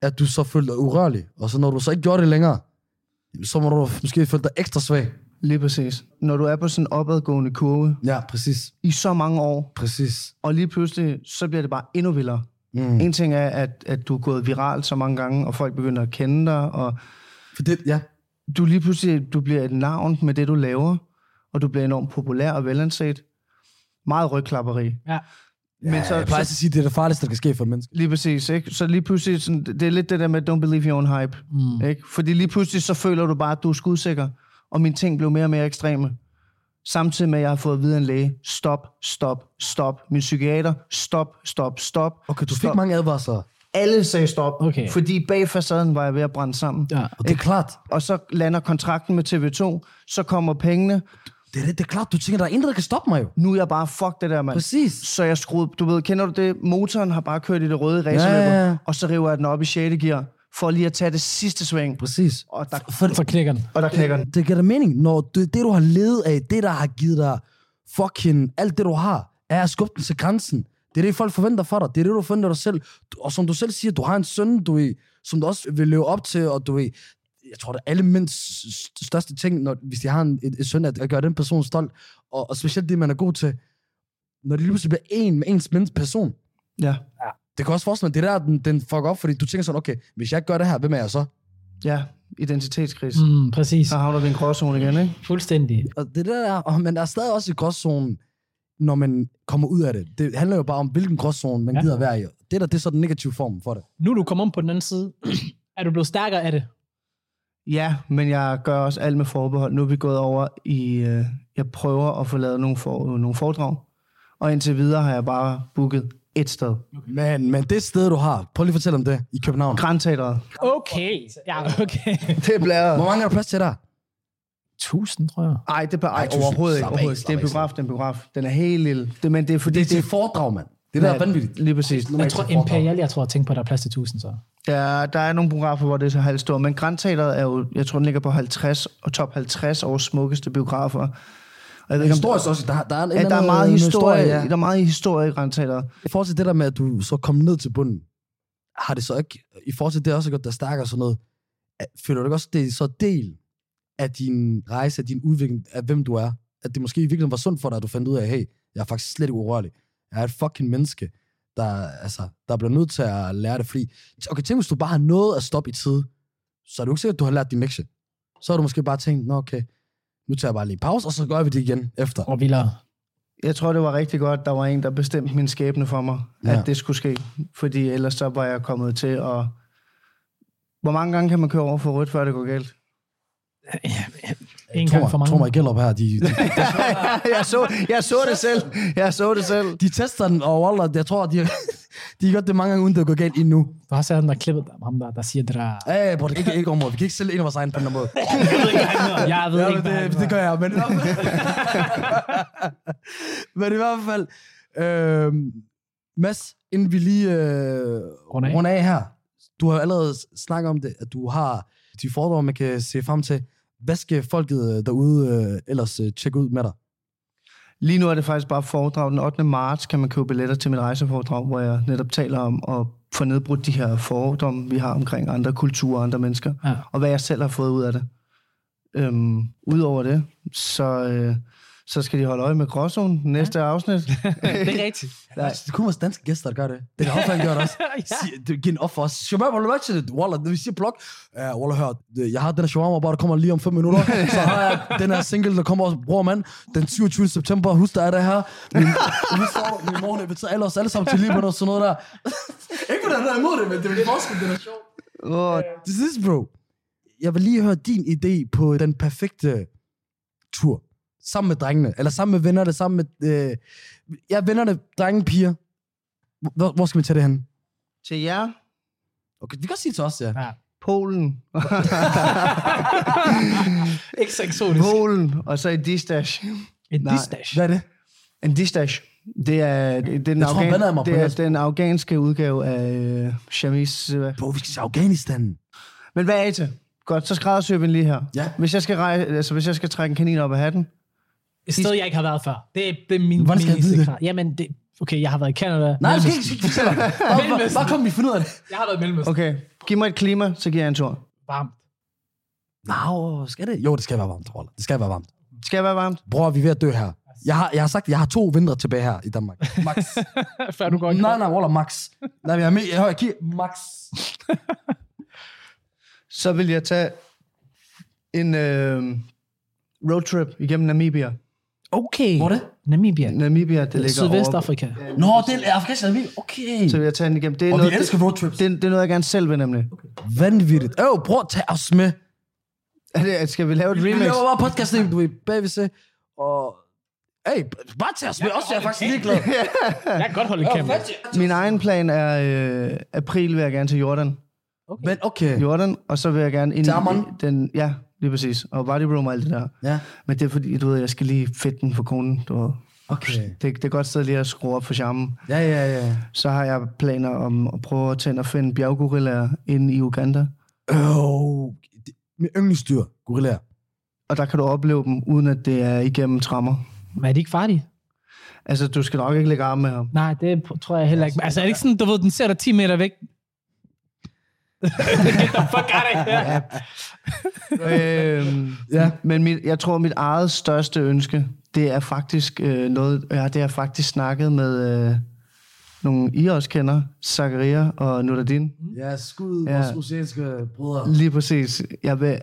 S2: at du så følte dig urørlig. Og så når du så ikke gjorde det længere, så må du måske føle dig ekstra svag.
S3: Lige præcis. Når du er på sådan en opadgående kurve
S2: Ja, præcis.
S3: i så mange år,
S2: Præcis.
S3: Og lige pludselig, så bliver det bare endnu vildere.
S2: Mm.
S3: Mm. En ting er, at, at du er gået viralt så mange gange, og folk begynder at kende dig, og
S2: For det, ja.
S3: du lige pludselig du bliver et navn med det, du laver, og du bliver enormt populær og velanset. Meget rygklapperi.
S1: Ja.
S3: Men
S2: Men så, jeg plejer altid at sige, at det er det farligste, der kan ske for et menneske.
S3: Lige præcis, ikke? Så lige pludselig, sådan, det er lidt det der med, don't believe your own hype. Mm. Ikke? Fordi lige pludselig, så føler du bare, at du er skudsikker, og mine ting blev mere og mere ekstreme. Samtidig med, at jeg har fået at vide af en læge, stop, stop, stop. Min psykiater, stop, stop, stop.
S2: Okay, du fik
S3: stop.
S2: mange advarsler.
S3: Alle sagde stop,
S1: Okay.
S3: fordi bag facaden var jeg ved at brænde sammen.
S1: Ja.
S2: Og det er klart.
S3: Og så lander kontrakten med TV2, så kommer pengene.
S2: Det er, det, det er klart, du tænker, der er intet, der kan stoppe mig jo.
S3: Nu er jeg bare, fuck det der, mand.
S2: Præcis.
S3: Så jeg skruede, du ved, kender du det? Motoren har bare kørt i det røde racerløber,
S2: Ja, ja, ja.
S3: og så river jeg den op i 6. gear, for lige at tage det sidste sving.
S2: Præcis.
S3: Og der,
S2: For,
S1: Så knækker den.
S3: og der knækker den.
S2: Øh, det giver da mening, når det, det, du har levet af, det, der har givet dig fucking alt det, du har, er at skubbe den til grænsen. Det er det, folk forventer fra dig. Det er det, du forventer dig selv. Du- Og som du selv siger, du har en søn, du ved, som du også vil leve op til, og du ved, jeg tror, det er alle mænds st- største ting, når, hvis de har en, en, en søn, at, at gøre den person stolt, og, og specielt det, man er god til, når det lige pludselig bliver en med ens mænds person.
S3: Ja.
S2: Det kan også forestille mig, det er der, den, den fucker op, fordi du tænker sådan, okay, hvis jeg ikke gør det her, hvem er jeg så?
S3: ja, identitetskrise. Mm.
S1: Mm, præcis.
S3: Så havner vi i en gråzone igen, ikke?
S1: Fuldstændig.
S2: Og det der er, og man er stadig også i gråzonen, når man kommer ud af det. Det handler jo bare om, hvilken gråzone man
S1: Ja.
S2: ja. gider være i. Det der, det er så den negative form for det.
S1: Nu er du kommet om på den anden side. *clears throat* er du blevet stærkere af det?
S3: Ja, men jeg gør også alt med forbehold. Nu er vi gået over i... Øh, jeg prøver at få lavet nogle, for, nogle foredrag. Og indtil videre har jeg bare booket et sted.
S2: Men, men det sted, du har, prøv lige at fortælle om det i København.
S3: Grand Teateret.
S1: Okay. Ja, okay.
S3: Det bliver...
S2: Hvor mange er der plads til der?
S1: 1000, tror jeg.
S3: Ej, det bliver ej,
S2: Ej, tusind.
S3: overhovedet ikke.
S2: Slap af,
S3: Overhovedet. ikke. Det er en
S2: slap af,
S3: biograf, det er en biograf. Den er helt lille. Det, men det er fordi...
S2: Det, det er et foredrag, mand. Det der er vanvittigt.
S3: Lige præcis.
S1: Jeg tror, Imperial, jeg tror, jeg tænker på, at der er plads til 1000, så.
S3: Der, der er nogle biografer, hvor det er så halvt stort, men Grand Teateret er jo, jeg tror, den ligger på 50, og top 50 over smukkeste biografer. Og jeg ved ikke, om-
S2: Historisk også, der, der er en
S3: Ja, der er meget historie, ja. der er meget historie i Grand Teateret.
S2: I forhold til det der med, at du så kom ned til bunden, har det så ikke, i forhold til det også godt, der stærkere og sådan noget, at- føler du ikke også, at det er så del af din rejse, af din udvikling, af hvem du er? At det måske i virkeligheden var sundt for dig, at du fandt ud af, hey, jeg er faktisk slet ikke urørlig. Jeg er et fucking menneske, der, altså, der bliver nødt til at lære det, fordi, okay, tænk hvis du bare har nået at stoppe i tide, så er du ikke sikkert, at du har lært din lektie. Så har du måske bare tænkt, nå okay, nu tager jeg bare lige en pause, og så gør vi det igen efter.
S1: Og vildere.
S3: Jeg tror, det var rigtig godt, der var en, der bestemte min skæbne for mig,
S2: Ja.
S3: ja. at det skulle ske. Fordi ellers så var jeg kommet til at Hvor mange gange kan man køre over for rødt, før det går galt? *laughs*
S1: En gang for mange.
S2: Tror mig, Gellup her, de, de,
S3: jeg, så, jeg så det selv. Jeg så det selv.
S2: de tester den, og Wallah, jeg tror, de, de har *laughs* gjort det mange gange, uden det er gået galt endnu.
S1: Du har set ham, der klippet der, ham der, der siger det der.
S2: Ej, bror, det kan ikke, ikke område. Vi kan ikke sælge en af vores egen på den her måde.
S1: Jeg ved
S2: Ja,
S1: ikke, hvad
S2: men
S1: han
S2: det, det
S1: var.
S2: gør jeg, men... *laughs* men i hvert fald... Øh, Mads, inden vi lige øh,
S1: Runde af.
S2: runder af her. Du har jo allerede s- snakket om det, at du har de fordomme, man kan se frem til. Hvad skal folket øh, derude øh, ellers øh, tjekke ud med dig?
S3: Lige nu er det faktisk bare foredrag. Den 8. marts kan man købe billetter til mit rejseforedrag, hvor jeg netop taler om at få nedbrudt de her fordomme, vi har omkring andre kulturer og andre mennesker.
S1: Ja.
S3: Og hvad jeg selv har fået ud af det. Øhm, Udover det, så, øh, så skal de holde øje med Gråzonen næste
S2: *laughs*
S3: afsnit.
S1: Det er rigtigt.
S2: Nej. Det er kun vores danske gæster, der gør det. Det har han gjort også.
S1: Ja.
S2: Sig- Det giver en offer også. Shabab, har du været til det? Wallah, når vi siger blog. Uh, Wallah, hør, det- jeg har den her shawarma, bare der kommer lige om 5 minutter. Så har jeg den her single, der kommer også, bror mand, den 27. september. Husk, der er det her. Min, *laughs* min, sorg, min mor, det betyder alle os alle sammen til Libanon og sådan noget der. Ikke fordi han er imod det, men det er min forskel, den er sjov.
S3: Åh,
S2: This is, bro. Jeg vil lige høre din idé på den perfekte tur. Sammen med drengene, eller sammen med vennerne, sammen med... Øh, ja, vennerne, drenge, piger. Hvor, hvor skal vi tage det hen?
S3: til jer,
S2: Okay, det kan sige til os, ja.
S1: Ja.
S3: Polen.
S1: Ikke så eksotisk.
S3: Polen, og så i Distash.
S1: En
S3: Nej.
S1: distash.
S2: Hvad er det?
S3: En distash. Det er, det er, den,
S2: Jeg tror, han vender mig på
S3: det er
S2: ellers.
S3: den afghanske udgave af øh, Shamis. øh.
S2: Bro, vi skal til Afghanistan.
S3: Men hvad er I til? Godt, så skræddersyr vi lige her.
S2: Ja.
S3: Hvis, jeg skal rej- altså, hvis jeg skal trække en kanin op af hatten,
S1: Et sted, jeg ikke har været før. Det er, det er min,
S2: Hvordan skal
S1: min
S2: jeg vide
S1: eneste krav.
S2: det?
S1: Jamen, det, okay, jeg har været i Canada.
S2: Nej, du
S1: Mellemøsten.
S2: skal ikke sige bare, bare, bare kom, vi finder ud af det.
S1: Jeg har været i Mellemøsten. Okay.
S3: okay, giv mig et klima, så giver jeg en tur.
S1: Varmt.
S2: Nå, skal det? Jo, det skal være varmt, Rolle. Det skal være varmt.
S3: Skal jeg være varmt?
S2: Bror, vi er ved at dø her. Jeg har, jeg har sagt, jeg har to vintre tilbage her i Danmark. Max.
S1: Før du går i
S2: nej, nej, Roller, max. Nej, men jeg er med. Jeg, hører, jeg kigger. Max.
S3: Så vil jeg tage en øh, roadtrip igennem Namibia.
S1: Okay.
S2: Hvor er det?
S1: Namibia.
S3: Namibia, det ligger over.
S1: Sydvestafrika.
S2: Nå, det er afrikansk vi. Okay.
S3: Så vil jeg tage den igennem. Det er,
S2: Og vi
S3: noget, det,
S2: elsker roadtrips.
S3: det, det er noget, jeg gerne selv vil nemlig.
S2: Vanvittigt. Øv, bror, tag os med.
S3: Er det- Skal vi lave et
S2: Vi
S3: remix?
S2: laver bare podcast, du er bagved se. Og... Hey, bare tag os med. Også jeg er faktisk *laughs* ligeglad.
S1: Jeg kan godt holde kamera.
S3: Min egen plan er, øh, april vil jeg gerne til Jordan.
S2: Men okay.
S3: Jordan, og så vil jeg gerne ind i
S2: Til Amman?
S3: den, ja, lige præcis, og body room og alt det der.
S2: Ja.
S3: Men det er fordi, du ved, jeg skal lige fedte den for konen, du ved.
S2: Okay.
S3: Det, det er et godt sted lige at skrue op for charmen.
S2: Ja, ja, ja.
S3: Så har jeg planer om at prøve at tænde og finde bjerggorillaer inde i Uganda.
S2: Øh, det- mit yndlingsdyr, gorillaer.
S3: Og der kan du opleve dem, uden at det er igennem trammer.
S1: Men er de ikke farlige?
S3: Altså, du skal nok ikke lægge arm med
S2: *laughs*
S3: ham.
S1: Nej, det tror jeg heller ikke. Altså, er det ikke sådan, du ved, den ser dig 10 meter
S2: *laughs*
S1: væk? Get the fuck out of here.
S3: øhm,
S2: Ja.
S3: Men mit, jeg tror, mit eget største ønske, det er faktisk øh, noget, ja, det har jeg faktisk snakket med øh, nogle, I også kender, Zakaria og Nuradin.
S2: Mm. Ja, skud
S3: Ja.
S2: vores oceanske brødre.
S3: Lige præcis. Jeg vil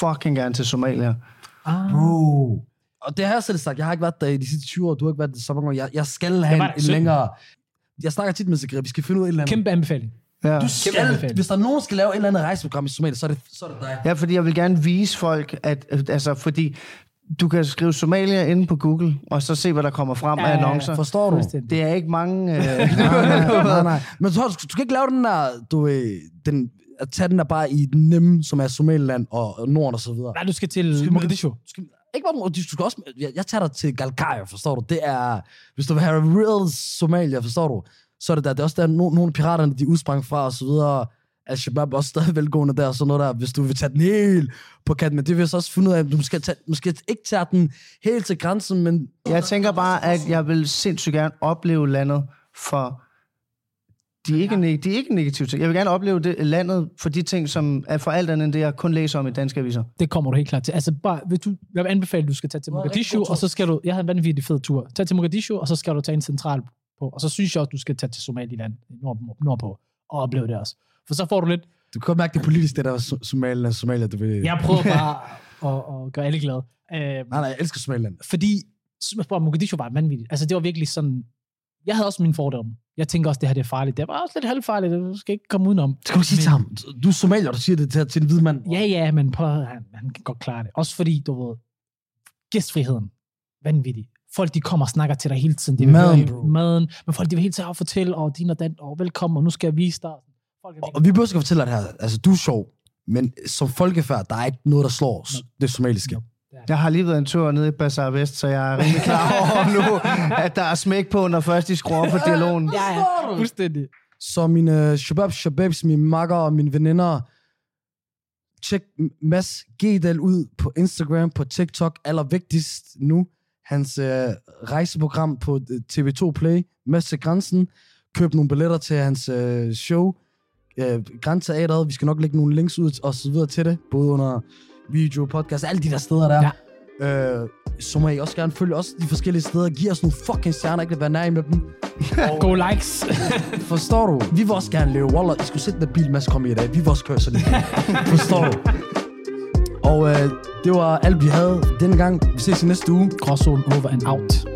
S3: fucking gerne til Somalia.
S1: Ah.
S2: Bro. Og det har jeg selv sagt. Jeg har ikke været der i de sidste 20 år. Du har ikke været der så mange år. Jeg, jeg skal have
S1: var
S2: en,
S1: der
S2: en
S1: 17.
S2: længere... Jeg snakker tit med Zakaria. Vi skal finde ud af et eller andet.
S1: Kæmpe anbefaling.
S3: Ja.
S2: du
S1: anbefaling.
S2: skal, hvis der er nogen, der skal lave et eller andet rejseprogram i Somalia, så er det, så er det dig.
S3: ja, fordi jeg vil gerne vise folk, at, at- altså, fordi du kan skrive Somalia inde på Google, og så se, hvad der kommer frem
S1: Ja,
S3: af
S1: ja, ja.
S3: annoncer.
S2: Forstår du?
S1: Fuldstændig.
S3: Det er ikke mange... Øh,
S2: *laughs* nej, nej, nej, nej. Men så, du, du kan ikke lave den der, du ved, den, at tage den der bare i den nemme, som er Somaliland og, og Norden og så videre.
S1: Nej, du skal til
S2: Skal vi-
S1: Mogadishu.
S2: Du altså, skal, ikke bare, du skal også, jeg, jeg tager dig til Galkayo, forstår du? Det er, hvis du vil have real Somalia, forstår du? Så er det der, det er også der, no, nogle af piraterne, de udsprang fra og så videre. Al-Shabaab er også stadig velgående der og sådan noget der, hvis du vil tage den helt på kanten. Men det vil jeg så også finde ud af, at du måske, tage, måske ikke tager den helt til grænsen, men
S3: Jeg tænker bare, at jeg vil sindssygt gerne opleve landet for de er ikke, neg- de er ikke negative ting. Jeg vil gerne opleve det, landet for de ting, som er for alt andet end det, jeg kun læser om i danske aviser.
S1: Det kommer du helt klart til. Altså bare, hvis du, jeg vil anbefale, at du skal tage til
S2: Du har en rigtig
S1: Mogadishu,
S2: god tur.
S1: og så skal du, jeg havde en vanvittig fed tur. Tag til Mogadishu, og så skal du tage en central på. Og så synes jeg også, du skal tage til Somaliland nord, nordpå og opleve det også. For så får du lidt,
S2: du kan godt mærke det politisk, det der Som- Somaliland, Somalia, du vil...
S1: jeg prøver bare at, at gøre alle glade. Øhm,
S2: Nej, nej, jeg elsker Somaliland.
S1: fordi, som jeg spurgte, Mogadishu var vanvittigt. Altså det var virkelig sådan, Jeg havde også mine fordomme. Jeg tænker også, det her det er farligt. Det var også lidt halvfarligt, det skal ikke komme udenom.
S2: Skal du sige til ham, du er somalier, du siger det til, til en hvid mand.
S1: Ja, ja, men prøv, at høre, han, han kan godt klare det. Også fordi, du ved, gæstfriheden, vanvittig. Folk, de kommer og snakker til dig hele tiden. Det
S2: Maden,
S1: høre-
S2: bro.
S1: Maden. Men folk, de vil hele tiden op og fortælle, og din og den, og velkommen, og nu skal jeg vise dig. Folk er
S2: Og vi behøver ikke at fortælle dig det her. Altså, du er sjov, men som folkefærd, der er ikke noget, der slår os. Det somaliske.
S3: Jeg har lige været en tur nede i Bazaar Vest, så jeg er rimelig
S2: *laughs*
S3: klar over nu, at der er smæk på, når først de skruer op for dialogen.
S1: ja, ja, fuldstændig.
S2: Så mine øh, shabab, shababs, mine makker og mine veninder, tjek Mads Gedal ud på Instagram, på TikTok, allervigtigst nu, hans øh, rejseprogram på øh, TV2 Play, Mads til Grænsen, køb nogle billetter til hans øh, show, øh, Grænteateret, vi skal nok lægge nogle links ud og så videre til det, både under video, podcast, alle de der steder der. Ja. Øh, så må I også gerne følge os de forskellige steder, giv os nogle fucking stjerner, ikke at være nær med dem.
S1: Go likes.
S2: Forstår du? Vi vil også gerne leve. Wallah, I skulle sætte den bil, Mads kom i i dag. Vi vil også køre sådan en *laughs* bil. Forstår du? Og øh, det var alt, vi havde denne gang. Vi ses i næste uge.
S1: Gråzonen over and out.